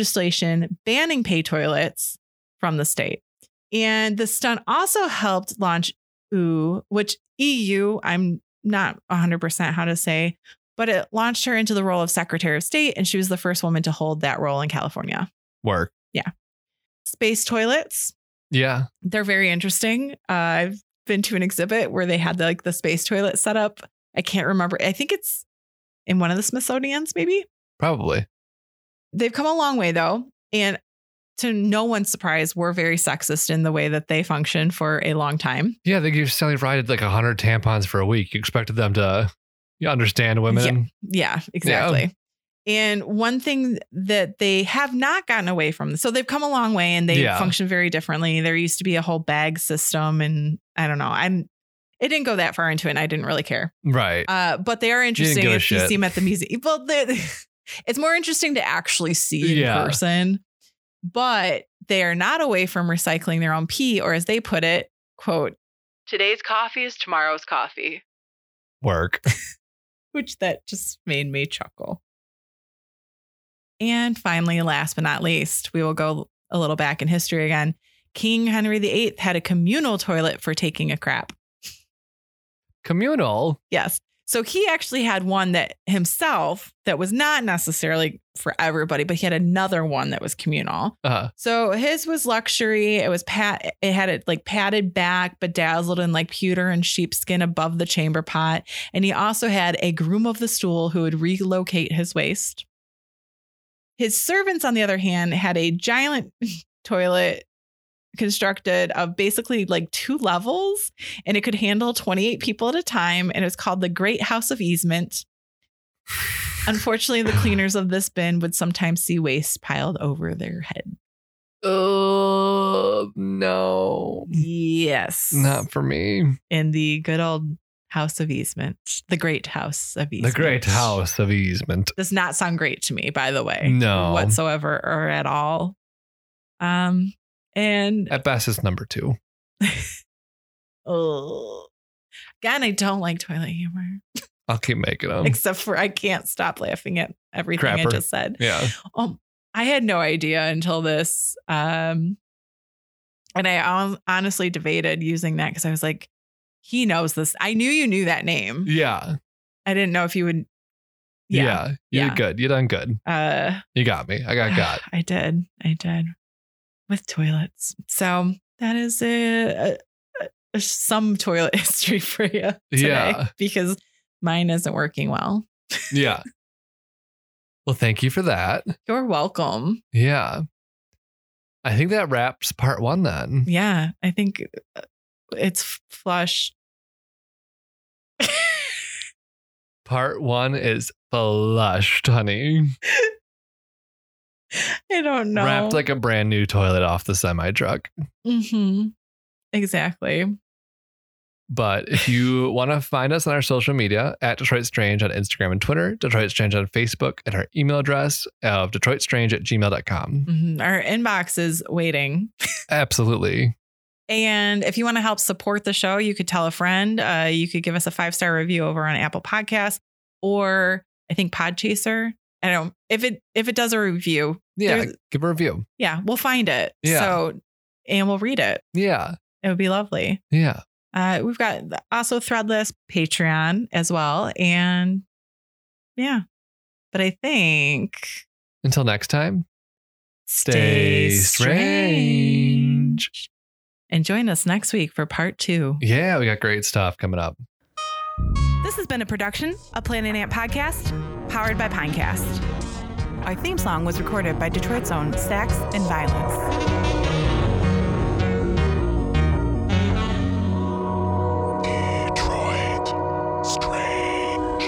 C: legislation banning pay toilets from the state. And the stunt also helped launch EU, which EU, I'm not 100% how to say, but it launched her into the role of Secretary of State, and she was the first woman to hold that role in California.
B: Work.
C: Space toilets
B: Yeah.
C: They're very interesting. Uh, I've been to an exhibit where they had the, like the space toilet set up. I can't remember. I think it's in one of the Smithsonian's, maybe.
B: Probably.
C: They've come a long way though, and to no one's surprise, we're very sexist in the way that they function for a long time.
B: Yeah. They give Sally Ride like 100 tampons for a week. You expected them to you understand women.
C: Yeah, exactly. And one thing that they have not gotten away from, so they've come a long way and they
B: Yeah.
C: function very differently. There used to be a whole bag system, and I don't know. I'm it didn't go that far into it, and I didn't really care.
B: Right.
C: Uh, but they are interesting
B: give a
C: if you
B: shit.
C: see them at the museum. Well, they- it's more interesting to actually see in
B: Yeah.
C: person. But they are not away from recycling their own pee, or as they put it, quote, "Today's coffee is tomorrow's coffee,"
B: Work.
C: which that just made me chuckle. And finally, last but not least, we will go a little back in history again. King Henry VIII had a communal toilet for taking a crap.
B: Communal.
C: Yes. So he actually had one that himself that was not necessarily for everybody, but he had another one that was communal.
B: Uh,
C: So his was luxury. It was pat it had it like padded back, bedazzled in like pewter and sheepskin above the chamber pot. And he also had a groom of the stool who would relocate his waist. His servants, on the other hand, had a giant toilet constructed of basically like two levels and it could handle 28 people at a time and it was called the great house of easement unfortunately the cleaners of this bin would sometimes see waste piled over their head
B: oh, no.
C: yes
B: Not for me.
C: in the good old house of easement the great house of
B: The
C: easement
B: great house of easement.
C: does not sound great to me by the way
B: No.
C: whatsoever or at all um and
B: At best, it's number two.
C: oh again i don't like toilet humor
B: I'll keep making them.
C: except for I can't stop laughing at everything I
B: Mm. Crapper.
C: just said.
B: yeah.
C: Um, I had no idea until this. Um, and I hon- honestly debated using that because I was like, he knows this. I knew you knew that name.
B: Yeah.
C: I didn't know if you would.
B: Yeah.
C: Yeah.
B: You
C: Yeah.
B: did good. You done good.
C: Uh,
B: You got me. I got got.
C: I did. I did with toilets. So that is a, a, a- some toilet history for you today
B: Yeah.
C: because mine isn't working well.
B: Yeah. well, thank you for that.
C: You're welcome.
B: Yeah. I think that wraps part one then.
C: Yeah, I think uh, it's f- flush.
B: Part one is flushed, honey.
C: I don't know.
B: Wrapped like a brand new toilet off the semi truck.
C: Mhm. exactly.
B: But if you want to find us on our social media at Detroit Strange on Instagram and Twitter, Detroit Strange on Facebook, and our email address of DetroitStrange at gmail.com.
C: Mhm. Our inbox is waiting.
B: Absolutely.
C: And if you want to help support the show, you could tell a friend. Uh, you could give us a five star review over on Apple Podcasts or I think Podchaser. I don't if it if it does a review,
B: Yeah.
C: There's-
B: give a review.
C: yeah, we'll find it.
B: Yeah.
C: So and we'll read it.
B: Yeah.
C: It would be lovely.
B: Yeah.
C: Uh, we've got the- also Threadless, Patreon as well, and yeah. But I think
B: Until next time. Stay
C: stay,
B: strange.
C: strange. And join us next week for part two.
B: Yeah, we got great stuff coming up.
C: This has been a production of Planet Ant Podcast, powered by Pinecast.
D: Our theme song was recorded by Detroit's own Sax and Violence.
A: Detroit Strange.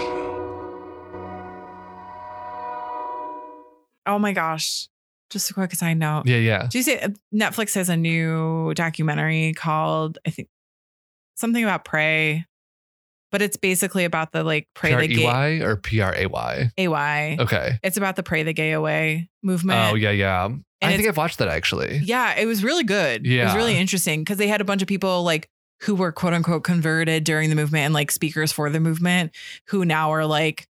C: Oh my gosh. Just a quick side note.
B: Yeah, yeah.
C: Do you see uh, Netflix has a new documentary called, I think, something about Prey, but it's basically about the like Prey
B: P R
C: the
B: E
C: Gay
B: Y or P R A Y?
C: AY.
B: Okay.
C: It's about the pray the gay away movement.
B: Oh yeah, yeah. I think
C: it's-
B: I've watched that actually.
C: yeah, it was really good. it was
B: Yeah.
C: really interesting because they had a bunch of people like who were quote unquote converted during the movement and like speakers for the movement who now are like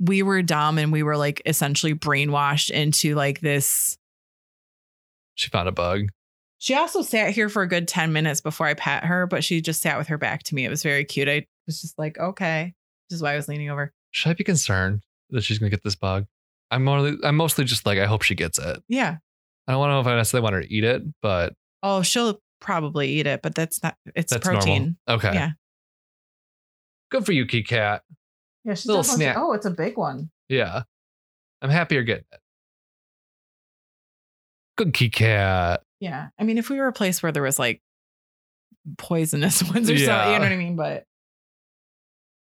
C: we were dumb and we were like essentially brainwashed into like this.
B: She found a bug.
C: She also sat here for a good ten minutes before I pat her, but she just sat with her back to me. It was very cute. I was just like, okay, this is why I was leaning over.
B: Should I be concerned that she's gonna get this bug? I'm mostly, I'm mostly just like I hope she gets it.
C: Yeah.
B: I don't want to know if I necessarily want her to eat it, but
C: Oh, she'll probably eat it, but that's not. It's
B: That's
C: protein.
B: normal. Okay.
C: Yeah.
B: Good for you, Kit Kat.
C: Yeah, she's
B: Little definitely- snack.
C: oh, it's a big one.
B: Yeah. I'm happy you're getting it. Good Kit Kat.
C: Yeah, I mean, if we were a place where there was like poisonous ones or something,
B: Yeah.
C: you know what I mean. But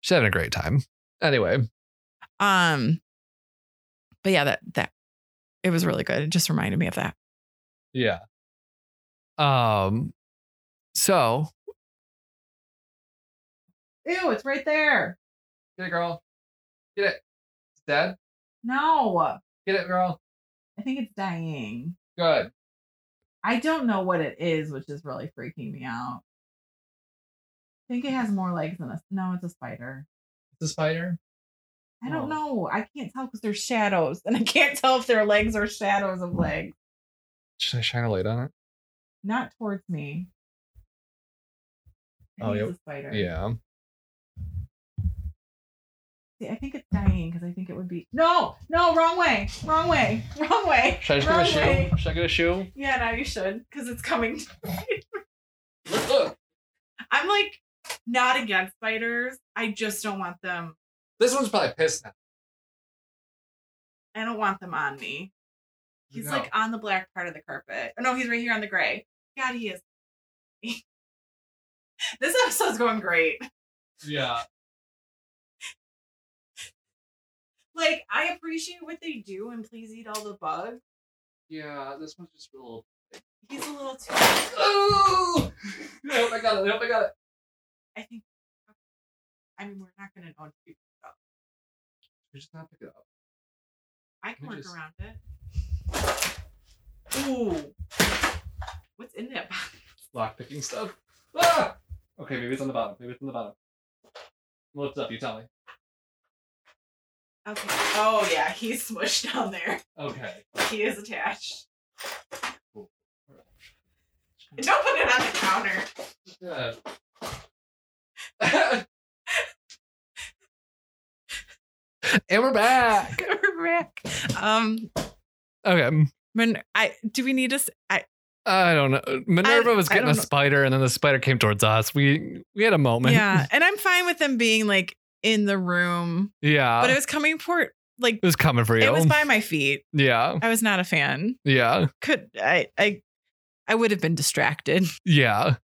B: She's having a great time. Anyway,
C: um, but yeah, that that it was really good. It just reminded me of that.
B: Yeah. Um. So.
C: Ew, it's right there.
B: Get it, girl. Get it. It's dead.
C: No,
B: Get it, girl.
C: I think it's dying.
B: Good.
C: I don't know what it is, which is really freaking me out. I think it has more legs than a no. It's a spider.
B: The spider.
C: I don't
B: Oh.
C: know. I can't tell because they're shadows, and I can't tell if their legs are shadows of legs.
B: Should I shine a light on it?
C: Not towards me. I
B: Oh,
C: think
B: yeah.
C: it's a spider.
B: Yeah.
C: See, I think it's dying because I think it would be no, no, wrong way, wrong way, wrong way,
B: Should I just
C: wrong
B: get a shoe? Should I get a shoe?
C: Yeah, no, you should because it's coming.
B: Look, look.
C: I'm like not against spiders. I just don't want them.
B: This one's probably pissed now.
C: I don't want them on me. He's
B: No.
C: like on the black part of the carpet. Oh no, he's right here on the gray. God, he is. this episode's going great.
B: Yeah.
C: Like, I appreciate what they do and please eat all the bugs.
B: Yeah. This one's just a little.
C: He's a little too.
B: Oh! I hope I got it. I hope I got it.
C: I think. I mean, we're not gonna know. if you-
B: You just not pick it up.
C: I can
B: We
C: work
B: just-
C: around it. Ooh. What's in that box?
B: Lock picking stuff. Ah! Okay, maybe it's on the bottom. Maybe it's on the bottom. Lift up. You tell me.
C: Okay. Oh yeah, he's smushed down there.
B: Okay.
C: He is attached. Don't put it on the counter.
B: Yeah. and we're back.
C: Rick. Um,
B: Okay.
C: Min- I do we need to? s- I
B: I don't know. Minerva
C: I-
B: was
C: I
B: getting a
C: don't know.
B: spider, and then the spider came towards us. We we had a moment.
C: yeah, and I'm fine with them being like in the room,
B: yeah.
C: but it
B: it,
C: was coming for like
B: was coming for you.
C: it was by my feet.
B: yeah.
C: I was not a fan.
B: Yeah.
C: Could I? I I would have been distracted.
B: Yeah.